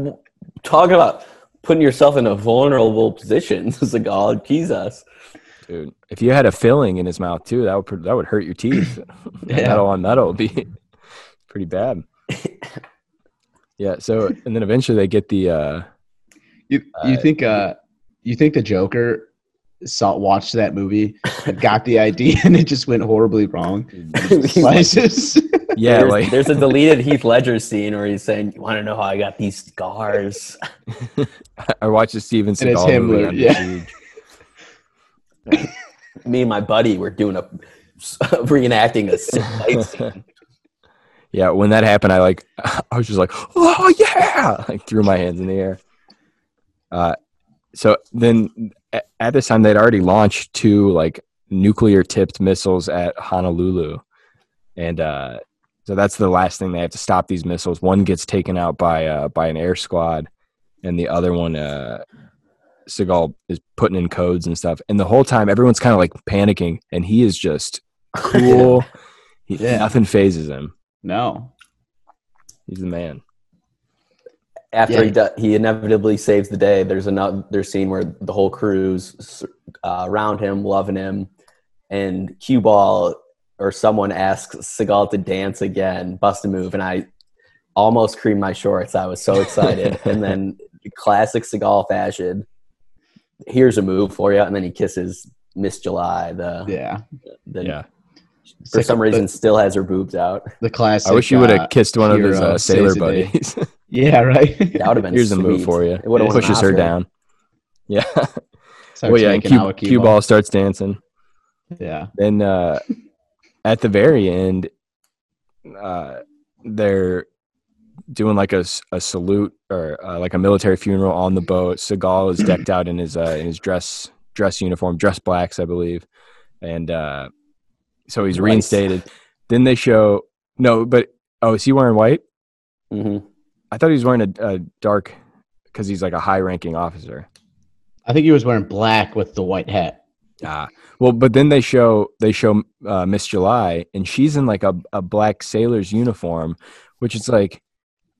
C: like talk about putting yourself in a vulnerable position Zagal, jesus
E: Dude, if you had a filling in his mouth too, that would pr- that would hurt your teeth.
F: Yeah.
E: Metal on metal would be pretty bad. Yeah. So and then eventually they get the uh,
F: you you
E: Uh,
F: think uh you think the Joker saw watched that movie and got the idea and it just went horribly wrong? Slices.
E: yeah
C: there's,
E: like
C: there's a deleted heath ledger scene where he's saying you want to know how i got these scars
E: I watched the Steven
F: And it's
E: Seagal
F: him,
E: movie.
F: Lou,
E: on
F: yeah.
E: YouTube.
C: me and my buddy were doing a reenacting a sick fight scene
E: Yeah, when that happened, I like I was just like, oh yeah, like threw my hands in the air. Uh, so then a- at this time, they'd already launched two like nuclear tipped missiles at Honolulu, and uh, so that's the last thing they have to stop these missiles. One gets taken out by uh, by an air squad, and the other one. Uh, Seagal is putting in codes and stuff, and the whole time everyone's kind of like panicking, and he is just cool. He,
F: Yeah.
E: Nothing phases him.
F: no.
E: He's the man.
C: after
F: Yeah.
C: he do, he inevitably saves the day. There's another scene where the whole crew's uh, around him, loving him, and cue ball or someone asks Seagal to dance again, bust a move, and I almost creamed my shorts. I was so excited, and then classic Seagal fashion. Here's a move for you, and then he kisses Miss July. The,
F: Yeah.
C: the
E: yeah.
C: Uh,
F: It's
C: for
F: like
C: some
F: the-
C: reason still has her boobs out.
F: the classic.
E: I wish you would
F: uh,
E: have kissed one of his
F: hero
E: uh, sailor
F: saves the day.
E: buddies.
F: Yeah, right.
C: That would have been
E: Here's a move
C: sweet.
E: for you.
C: It would've won an
E: pushes her
C: Oscar.
E: down. Yeah.
F: Starts
E: well, yeah. And
F: making
E: cue,
F: out with
E: cue ball starts dancing.
F: Yeah.
E: Then uh, at the very end, uh, they're doing like a, s- a salute or uh, like a military funeral on the boat. Seagal is decked out in his uh, in his dress dress uniform, dress blacks, I believe, and uh, so he's
C: Whites.
E: reinstated. Then they show no, but oh, is he wearing white?
C: hmm
E: I thought he was wearing a, a dark because he's like a high ranking officer.
F: I think he was wearing black with the white hat.
E: Ah, well, but then they show they show uh, Miss July, and she's in like a a black sailor's uniform, which is like,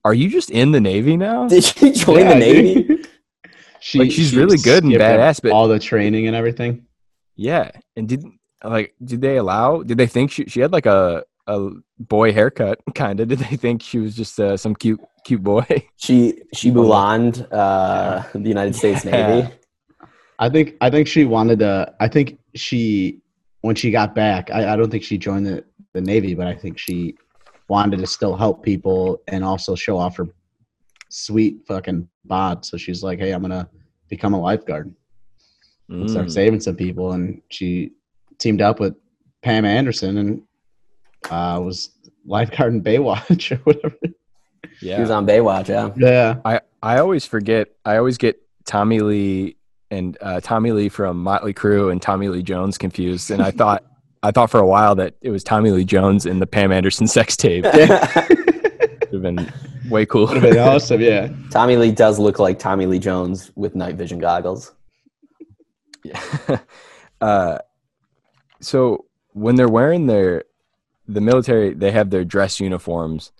E: are you just in the Navy now?
C: Did she
E: Oh,
C: join
F: Yeah,
C: the navy?
F: dude. she,
E: Like, she's really good and
F: skipped
E: badass, but-
F: all the training and everything.
E: Yeah, and did like did they allow? Did they think she she had like a a boy haircut kind of? Did they think she was just uh, some cute cute boy?
C: She she Mulaned uh, the United States
E: Yeah.
C: Navy.
F: I think I think she wanted to. I think she when she got back. I, I don't think she joined the, the navy, but I think she wanted to still help people and also show off her sweet fucking bod. So she's like, "Hey, I'm gonna become a lifeguard and start
E: Mm.
F: saving some people." And she teamed up with Pam Anderson and uh, was lifeguard in Baywatch or whatever.
C: She was
E: Yeah,
C: on Baywatch. Yeah,
F: Yeah,
E: I I always forget. I always get Tommy Lee and uh, Tommy Lee from Motley Crue and Tommy Lee Jones confused, and I thought I thought for a while that it was Tommy Lee Jones in the Pam Anderson sex tape. Would have been way cool.
F: would have been awesome. Yeah.
C: Tommy Lee does look like Tommy Lee Jones with night vision goggles.
E: uh, so when they're wearing their the military, they have their dress uniforms,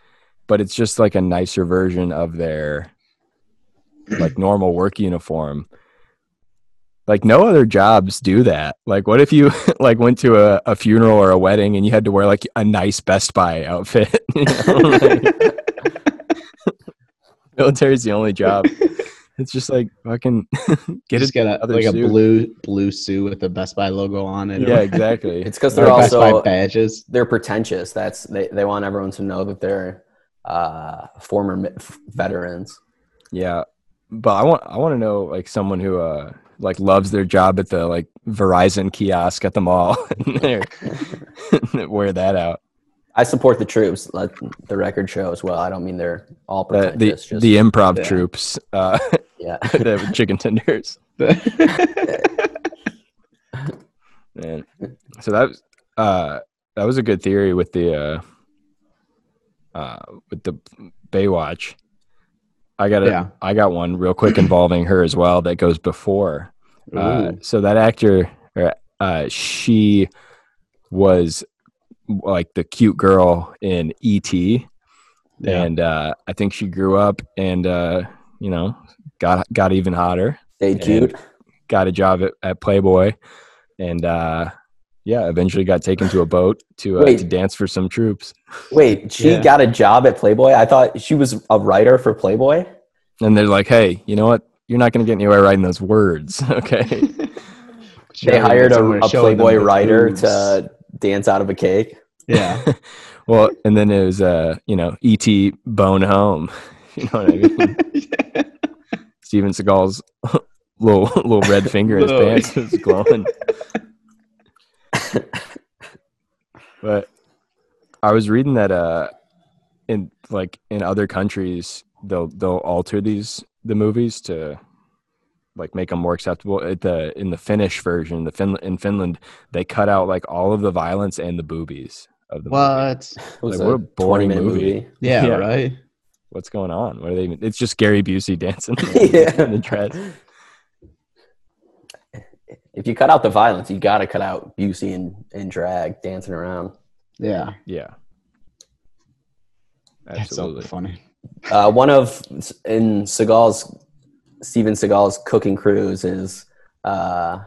E: but it's just like a nicer version of their like normal work uniform. Like no other jobs do that. Like what if you like went to a, a funeral or a wedding and you had to wear like a nice Best Buy outfit? you know, like- Military's the only job. It's just like fucking get
F: just
E: it.
F: get a,
E: other
F: like a
E: suit.
F: blue blue suit with the Best Buy logo on it. or
E: Yeah,
F: whatever.
E: exactly.
C: It's because
F: Or
C: they're
F: Best Buy
C: also
F: badges.
C: they're pretentious. That's they, they want everyone to know that they're uh, former mi- f- veterans.
E: Yeah, but I want I want to know like someone who uh like loves their job at the like Verizon kiosk at the mall. and they're- Wear that out.
C: I support the troops. Let the record show as well. I don't mean they're all
E: The the,
C: pretentious. just,
E: the improv
F: yeah.
E: troops, uh,
C: yeah.
E: the chicken tenders.
F: Uh,
E: Man. So that was uh that was a good theory with the uh uh with the Baywatch. I got
F: Yeah.
E: I got one real quick involving her as well that goes before. Uh,
F: Ooh.
E: so that actor, or, uh, she was like the cute girl in ET,
F: Yeah.
E: and uh, I think she grew up and uh, you know got got even hotter.
C: Stay cute.
E: Got a job at, at Playboy, and uh, yeah, eventually got taken to a boat to uh,
C: Wait.
E: to dance for some troops.
C: Wait, she
F: Yeah.
C: got a job at Playboy. I thought she was a writer for Playboy.
E: And they're like, "Hey, you know what? You're not going to get anywhere writing those words, okay?"
C: They hired a,
F: Someone
C: a
F: showing them
C: Playboy
F: the
C: writer
F: boobs.
C: to dance out of a cake.
F: Yeah.
E: Well, and then it was uh, you know, E.T. Bone Home. You know what I mean? Steven Seagal's little little red finger in his
F: Little-
E: pants was glowing. but I was reading that uh in like in other countries they'll they'll alter these the movies to like make them more acceptable at the in the Finnish version the Fin in Finland they cut out like all of the violence and the boobies of the movie.
F: what?
C: It was
E: Like, what a boring
C: 20-minute
E: movie.
F: Yeah,
E: Yeah.
F: Right.
E: what's going on? What are they even? It's just Gary Busey dancing
C: Yeah.
E: in the dread.
C: If you cut out the violence, you got to cut out Busey and, and drag dancing around.
F: Yeah.
E: Yeah.
F: That's
E: Absolutely.
F: so funny.
C: Uh, one of in Seagal's Steven Seagal's cooking cruise is uh,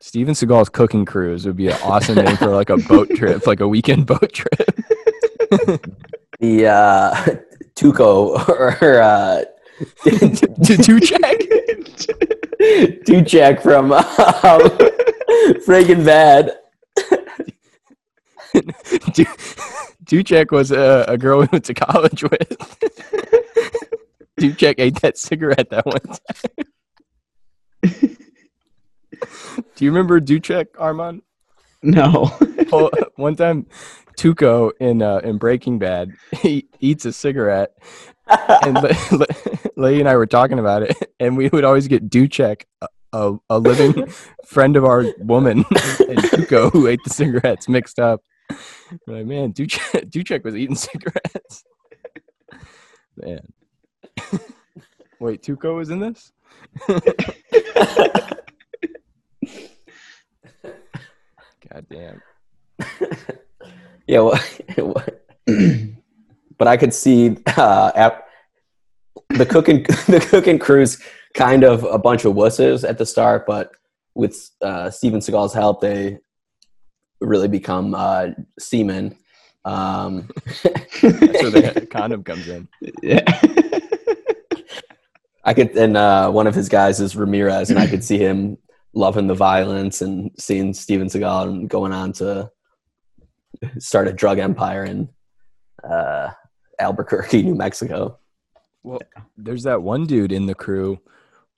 E: Steven Seagal's cooking cruise would be an awesome name for like a boat trip, like a weekend boat trip.
C: the uh, Tuco or uh,
E: to to check.
C: Tuchek from um, Breaking Bad.
E: Duchek was a, a girl we went to college with. Duchek ate that cigarette that one time. Do you remember Duchek, Armand?
F: No.
E: Well, one time, Tuco in uh, in Breaking Bad, he eats a cigarette, and Le- Le- Leigh and I were talking about it, and we would always get Duchek, a, a, a living friend of our woman, and Tuco who ate the cigarettes mixed up. We're like, man, Duchek, Duchek was eating cigarettes. Man, wait, Tuco was in this? God damn.
C: Yeah, well, but I could see uh, at the cooking the cooking cruise kind of a bunch of wusses at the start, but with uh, Steven Seagal's help, they really become uh, seamen. Um,
E: That's where the condom comes in.
F: yeah.
C: I could, and uh, one of his guys is Ramirez, and I could see him loving the violence and seeing Steven Seagal and going on to start a drug empire in uh, Albuquerque, New Mexico.
E: Well, there's that one dude in the crew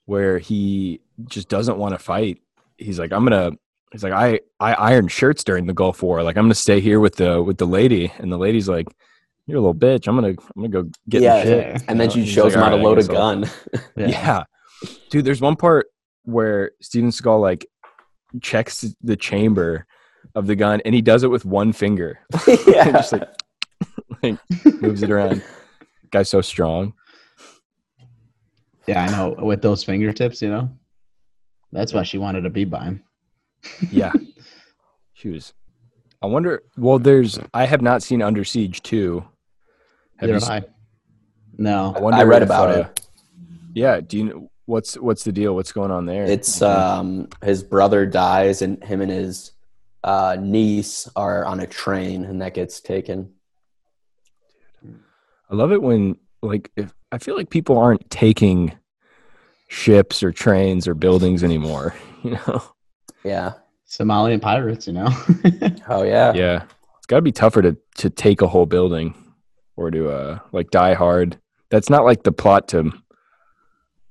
E: where he just doesn't want to fight. He's like, I'm gonna. He's like, I I iron shirts during the Gulf War. Like, I'm gonna stay here with the with the lady, and the lady's like, "You're a little bitch. I'm gonna I'm gonna go get the
C: Yeah,
E: shit."
C: And then
E: No,
C: she
E: he's
C: shows
E: like,
C: him how to
E: "Alright, I
C: load a
E: guess I'll-"
C: gun.
E: Yeah. dude. There's one part where Steven Seagal like checks the chamber of the gun, and he does it with one finger.
C: yeah.
E: just like, like moves it around. Guy's so strong.
F: Yeah, I know. With those fingertips, you know. That's why she wanted to be by him.
E: Yeah. she was. I wonder. Well, there's. I have not seen Under Siege 2. Have
F: Neither
E: you
F: have
E: seen-
F: I. No.
E: wonder uh,
C: I read about
E: it. Yeah. Do you know what's what's the deal? What's going on there?
C: It's um, his brother dies, and him and his uh, niece are on a train, and that gets taken.
E: I love it when like if, I feel like people aren't taking ships or trains or buildings anymore. You know.
C: Yeah.
F: Somalian pirates, you know.
C: Oh yeah.
E: Yeah. It's got to be tougher to to take a whole building or to uh like Die Hard. That's not like the plot to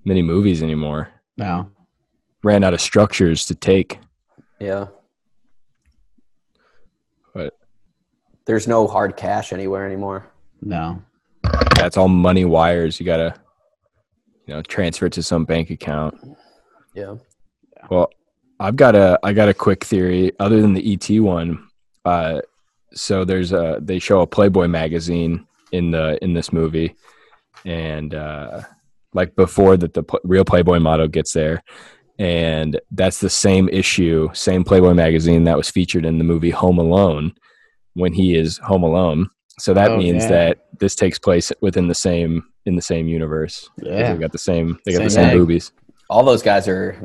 E: many movies anymore.
F: no.
E: Ran out of structures to take.
C: Yeah.
E: But-
C: There's no hard cash anywhere anymore.
F: No.
E: That's all money wires. You gotta, you know, transfer it to some bank account.
C: Yeah.
E: Well, I've got a I got a quick theory other than the ET one. Uh, so there's a they show a Playboy magazine in the in this movie, and uh, like before that the pl- real Playboy motto gets there. And that's the same issue, same Playboy magazine that was featured in the movie Home Alone when he is home alone. So that
F: Oh,
E: means
F: yeah.
E: that this takes place within the same in the same universe. 'Cause
F: Yeah.
E: They got the same they got the
F: Same
E: same
F: egg.
E: boobies.
C: All those guys are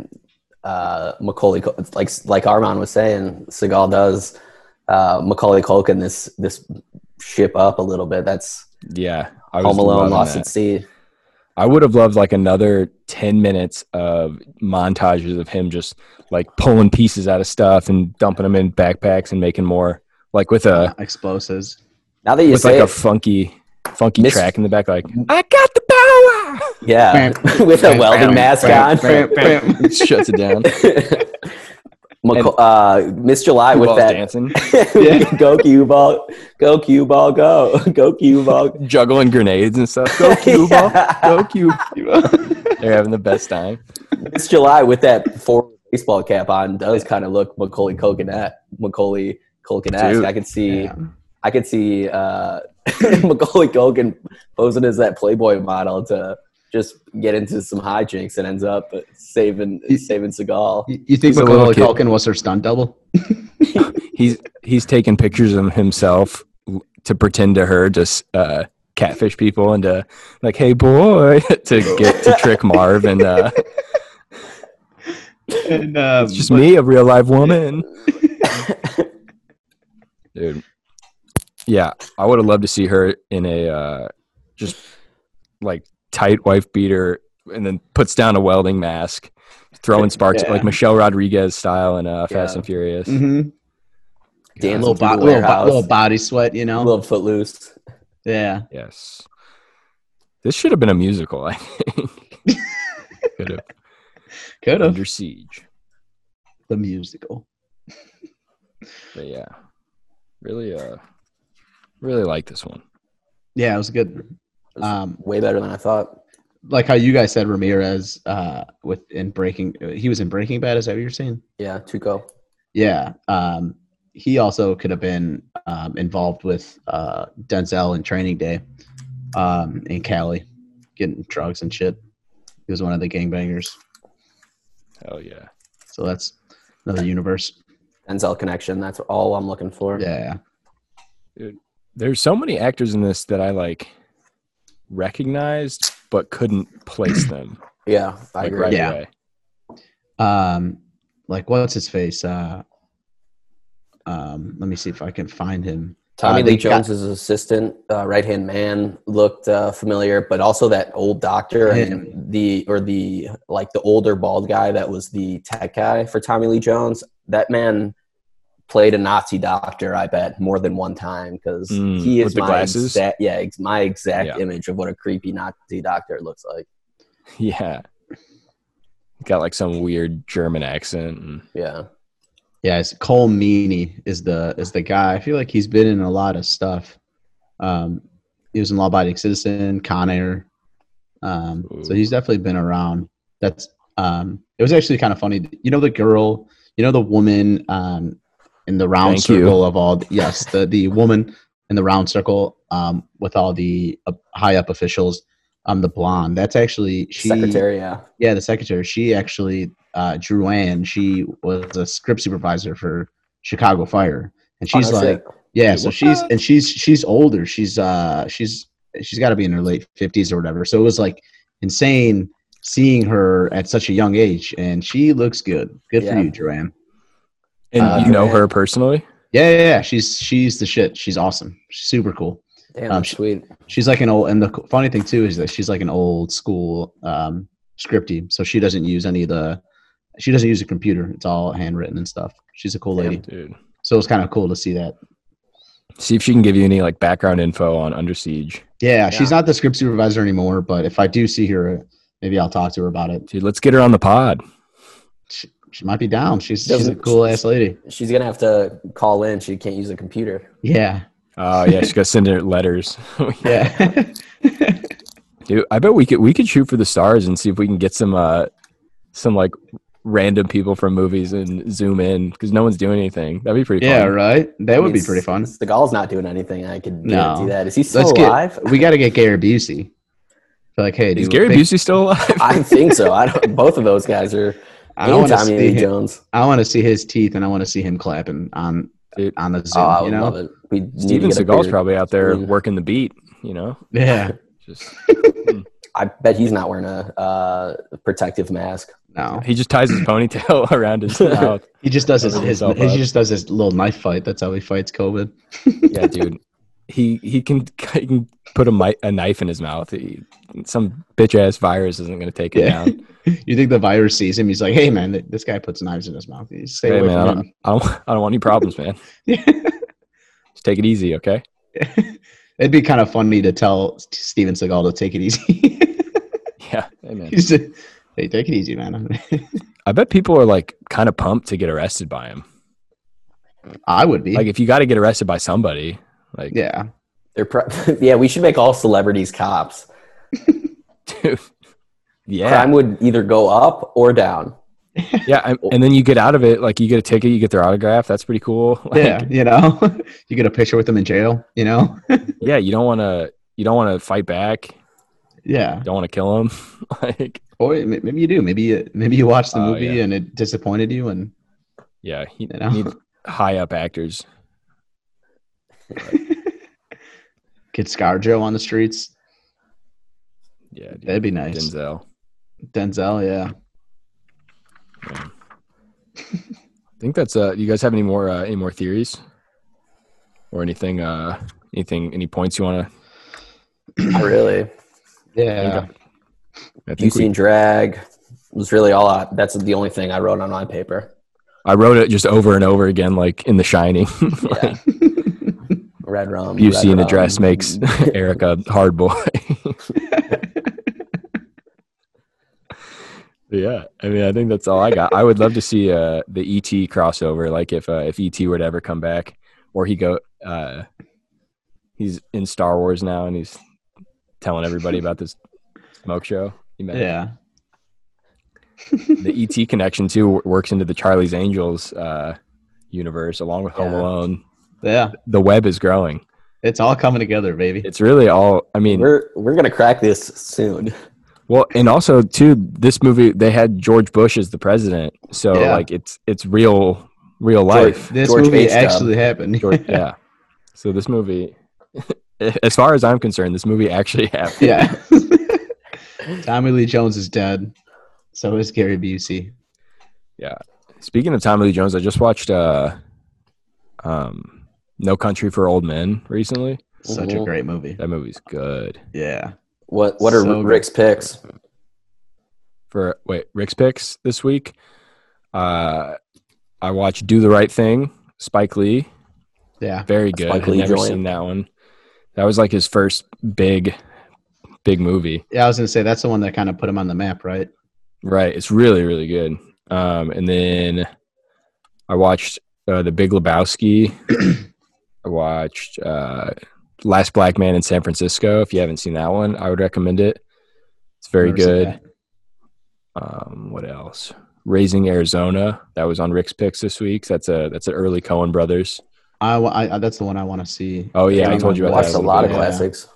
C: uh, Macaulay, Cul- it's like like Armand was saying. Seagal does uh, Macaulay Culkin this this ship up a little bit. That's
E: Yeah. I
C: Home Alone,
E: loving
C: Lost
E: that.
C: at Sea.
E: I would have loved like another 10 minutes of montages of him just like pulling pieces out of stuff and dumping them in backpacks and making more like with a
F: Explosives.
C: Now that you
E: with
C: say
E: like a
C: it, Mm.
E: funky funky
C: Mis-
E: track in the back like
C: yeah, with a welding mask on.
E: shuts it down.
C: Maca- uh, Miss July with
E: Balls
C: that.
E: dancing,
C: go cue ball, go cue ball, go, go cue ball.
E: juggling grenades and stuff. Go cue ball. Go cue. They're having the best time.
C: Miss July with that four baseball cap on does kind of look Macaulay Culkin Macaulay Culkin esque.
E: Dude.
C: I could see, I could see uh, Macaulay Culkin posing as that Playboy model to just get into some hijinks and ends up saving saving Seagal.
F: You, you think
E: He's a little
F: Macaulay
E: kid.
F: Culkin was her stunt double?
E: He's he's taking pictures of himself to pretend to her just uh, catfish people and to like, hey boy, to get to trick Marv and uh,
F: And, um,
E: it's just me, a real live woman. Dude, yeah, I would have loved to see her in a uh, just like tight wife beater, and then puts down a welding mask, throwing sparks
F: Yeah.
E: like Michelle Rodriguez style in uh, Fast
C: Yeah.
E: and Furious.
F: Mhm.
C: Dancing
F: Little, bo-
C: through the
F: little, bo-
C: warehouse.
F: little body sweat, you know?
C: little footloose.
F: yeah.
E: Yes, this should have been a musical. I think could have
F: Could have.
E: under siege,
F: The musical.
E: but yeah, really, uh, really like this one.
F: Yeah, it was good. Um,
C: Way better than I thought.
F: like how you guys said Ramirez uh, with in Breaking, he was in Breaking Bad. Is that what you're saying?
C: Yeah, Tuco.
F: Yeah. Um, he also could have been um, involved with uh, Denzel in Training Day um, in Cali, getting drugs and shit. He was one of the gangbangers.
E: Hell yeah,
F: So that's another universe.
C: Denzel connection. That's all I'm looking for.
F: Yeah.
E: there's so many actors in this that I like recognized but couldn't place them.
C: Yeah, I
E: like,
C: agree.
E: Right
F: Yeah.
E: away.
F: Um, like, what's his face? Uh, um, let me see if I can find him.
C: Tommy
F: Uh,
C: Lee
F: they got-
C: Jones's assistant, uh, right hand man, looked uh, familiar, but also that old doctor
F: Him.
C: and the or the like the older bald guy that was the tech guy for Tommy Lee Jones. That man played a Nazi doctor, I bet, more than one time because
E: Mm,
C: he
E: with
C: is
E: the
C: my
E: glasses?
C: exact yeah, ex- my exact
E: Yeah.
C: image of what a creepy Nazi doctor looks like.
E: Yeah. Got like some weird German accent. and-
C: Yeah,
F: Yeah, it's Cole Meany is the is the guy. I feel like he's been in a lot of stuff. Um, he was in Law Abiding Citizen, Con Air. Um, so he's definitely been around. That's um, it was actually kind of funny. You know the girl, you know the woman um, in the round
E: Thank you.
F: circle of all. The, yes, the the woman in the round circle um, with all the uh, high up officials. Um, the blonde. That's actually she.
C: secretary. Yeah,
F: Yeah, the secretary. She actually, uh, Drew Ann, she was a script supervisor for Chicago Fire, and she's
C: Honestly,
F: like, yeah. So she's and she's she's older. She's uh she's she's got to be in her late fifties or whatever. So it was like insane seeing her at such a young age, and she looks good. Good
C: Yeah.
F: for you, Drew Ann.
E: And
F: Uh,
E: you know her personally?
F: Yeah, yeah, yeah. She's she's the shit. She's awesome. She's super cool.
C: damn,
F: um,
C: that's sweet.
F: She's like an old, and the co- funny thing too is that she's like an old school um, scripty, so she doesn't use any of the, she doesn't use a computer. It's all handwritten and stuff. She's a cool lady,
E: Dude.
F: so it was kind of cool to see that.
E: See if she can give you any like background info on Under Siege.
F: Yeah, she's not the script supervisor anymore, but if I do see her, maybe I'll talk to her about it.
E: Dude, let's get her on the pod.
F: She, she might be down. She's she's a
C: Doesn't-
F: cool ass lady.
C: She's gonna have to call in. She can't use a computer.
F: Yeah,
E: Oh yeah, she's got to send her letters.
F: yeah.
E: Dude, I bet we could we could shoot for the stars and see if we can get some uh some like random people from movies and zoom in because no one's doing anything. That'd be pretty
F: yeah,
E: fun.
F: right. That
C: I
F: would
C: mean,
F: be pretty fun.
C: S- Seagal's not doing anything. I could
F: No.
C: guarantee that. Is he still
F: Let's get-
C: alive?
F: We got to get Gary Busey. They're like, hey,
E: Is
F: dude,
E: Gary
F: big-
E: Busey still alive?
C: I think so. I don't, both of those guys are.
F: I want to
C: and Tommy
F: see
C: Lee
F: him.
C: Jones.
F: I want to see his teeth, and I want to see him clapping on
E: Dude.
F: on the Zoom.
C: Oh, I would
F: you know,
C: love it. We need to
E: Steven
C: get a
E: Seagal's
C: beard.
E: probably out there
C: Mm.
E: working the beat. You know,
F: yeah.
E: just
C: I bet he's not wearing a uh, protective mask.
F: No,
E: he just ties his ponytail around his mouth.
F: he just does his,
E: Doesn't
F: his,
E: himself
F: his he
E: up.
F: just does his little knife fight. That's how he fights COVID.
E: Yeah, dude. He he can, he can put a, mi- a knife in his mouth. He, some bitch ass virus isn't going to take it
F: Yeah.
E: down.
F: you think the virus sees him? He's like, hey man, th- this guy puts knives in his mouth. You Stay
E: Hey,
F: away
E: man, I
F: from him.
E: don't, I, don't, I don't want any problems, man. Just take it easy, okay?
F: It'd be kind of funny to tell Steven Seagal to take it easy.
E: Yeah. Hey, man.
F: He's just, hey, take it easy, man.
E: I bet people are like kind of pumped to get arrested by him.
F: I would be.
E: Like, if you got to get arrested by somebody, like,
F: yeah.
C: They're pro- yeah. We should make all celebrities cops.
E: dude, yeah,
C: Crime would either go up or down.
E: yeah. I'm, and then you get out of it, like, you get a ticket, you get their autograph. That's pretty cool. Like,
F: yeah. You know, you get a picture with him in jail, you know?
E: yeah. You don't want to, you don't want to fight back.
F: yeah.
E: You don't want to kill him. like,
F: Or m- maybe you do. Maybe you, maybe you watched the
E: Oh,
F: movie
E: yeah.
F: and it disappointed you. And,
E: yeah, you
F: You know?
E: need high up actors.
F: Get ScarJo on the streets.
E: Yeah, dude.
F: That'd be nice.
E: Denzel.
F: Denzel, yeah.
E: I think that's uh you guys have any more uh, any more theories or anything uh anything any points you want to
C: Not really.
F: Yeah.
E: I think
C: Juicy
E: we,
C: and drag was really all. I, that's the only thing I wrote on my paper.
E: I wrote it just over and over again like in The Shining.
C: Yeah. red rum.
E: You
C: red
E: see in a
C: rum.
E: dress makes Eric a hard boy. yeah, I mean I think that's all I got. I would love to see uh the ET crossover like if uh, if ET were to ever come back or he go uh he's in Star Wars now and he's telling everybody about this smoke show. He met
F: Yeah.
E: the ET connection too w- works into the Charlie's Angels uh, universe along with Home
C: Yeah.
E: Alone.
F: Yeah.
E: The web is growing.
F: It's all coming together, baby.
E: It's really all. I mean,
C: We're we're gonna crack this soon.
E: well, and also too, this movie they had George Bush as the president, so
F: Yeah.
E: like it's it's real real life.
F: this
C: George
F: movie
C: H. Dub.
F: actually happened.
E: George, yeah. So this movie, as far as I'm concerned, this movie actually happened.
F: yeah. Tommy Lee Jones is dead. So is Gary Busey.
E: Speaking of Tommy Lee Jones, I just watched uh, um, No Country for Old Men recently.
F: Such a
E: Mm-hmm.
C: Mhm.
F: great movie.
E: That movie's good.
F: Yeah.
C: What what are
F: So good.
C: Rick's picks?
E: for wait Rick's picks this week. Uh, I watched Do the Right Thing, Spike Lee,
F: Yeah.
E: very good.
C: Spike
E: I've
C: Lee
E: never
C: joint.
E: seen that one. That was like his first big, big movie.
F: Yeah, I was gonna say that's the one that kind of put him on the map, right?
E: Right, it's really really good. Um, and then I watched uh, The Big Lebowski. I watched uh, Last Black Man in San Francisco. If you haven't seen that one, I would recommend it. It's very
F: Never seen
E: good.
F: that.
E: Um, what else? Raising Arizona. That was on Rick's picks this week. That's a that's an early Cohen brothers.
F: I, wa- I, I- that's the one I want to see.
E: Oh yeah, I
F: I'm
E: told you
F: gonna
E: about
C: Watched
E: that.
C: a
E: little
C: lot of
E: bit.
F: Yeah.
C: classics.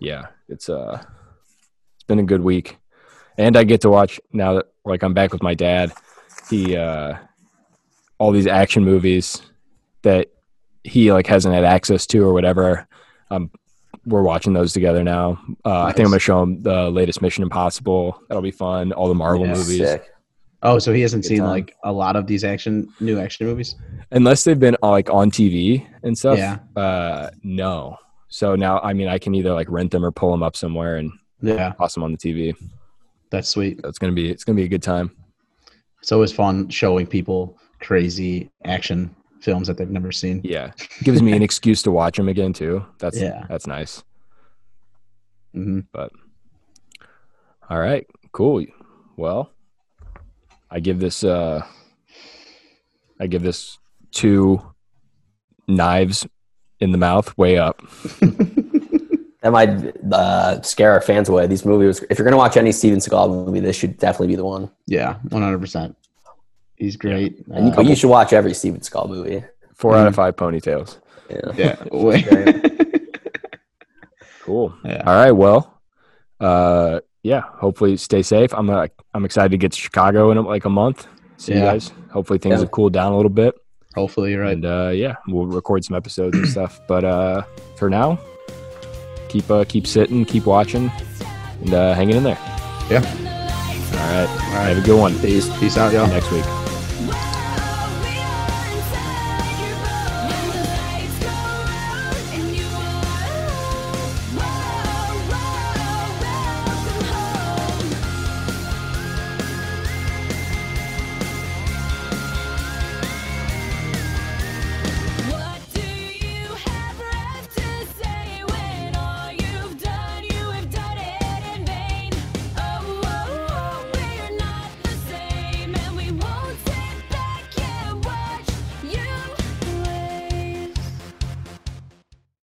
E: Yeah, it's uh, it's been a good week, and I get to watch now that like I'm back with my dad. He uh, all these action movies that he like hasn't had access to or whatever. Um, we're watching those together now. Uh, I think I'm gonna
F: Nice.
E: show him the latest Mission Impossible. That'll be fun. All the Marvel
F: Yeah.
E: movies.
C: Sick.
F: Oh, so he hasn't
E: Good
F: seen
E: time.
F: like a lot of these action new action movies.
E: unless they've been uh, like on TV and stuff.
F: Yeah.
E: Uh, no. So now, I mean, I can either like rent them or pull them up somewhere and
F: Yeah,
E: toss them on the TV.
F: that's sweet.
E: So it's gonna be it's gonna be a good time.
F: It's always fun showing people crazy action films that they've never seen.
E: Yeah, gives me an excuse to watch them again too. That's
F: Yeah.
E: that's nice.
F: hmm
E: All right, cool. Well, I give this uh, I give this two knives in the mouth way up.
C: That might uh, scare our fans away. These movies. If you're gonna watch any Steven Seagal movie, this should definitely be the one.
F: Yeah, one hundred percent. He's great.
C: And you,
F: Uh,
C: but you should watch every Steven Seagal movie.
E: 4
F: Mm.
E: out of five ponytails.
C: Yeah.
F: yeah, wait.
E: Cool.
F: yeah.
E: All right. Well, uh, yeah, hopefully stay safe. I'm uh, I'm excited to get to Chicago in like a month. See you
F: Yeah.
E: guys. Hopefully things
C: Yeah.
E: have cooled down a little bit.
F: Hopefully, you're right.
E: And uh, yeah, we'll record some episodes and stuff. But uh, for now, keep uh, keep sitting, keep watching, and uh, hanging in there.
F: Yeah.
E: All right.
F: All
E: Have
F: right.
E: a good one.
F: Peace. Peace out, y'all.
E: Next week.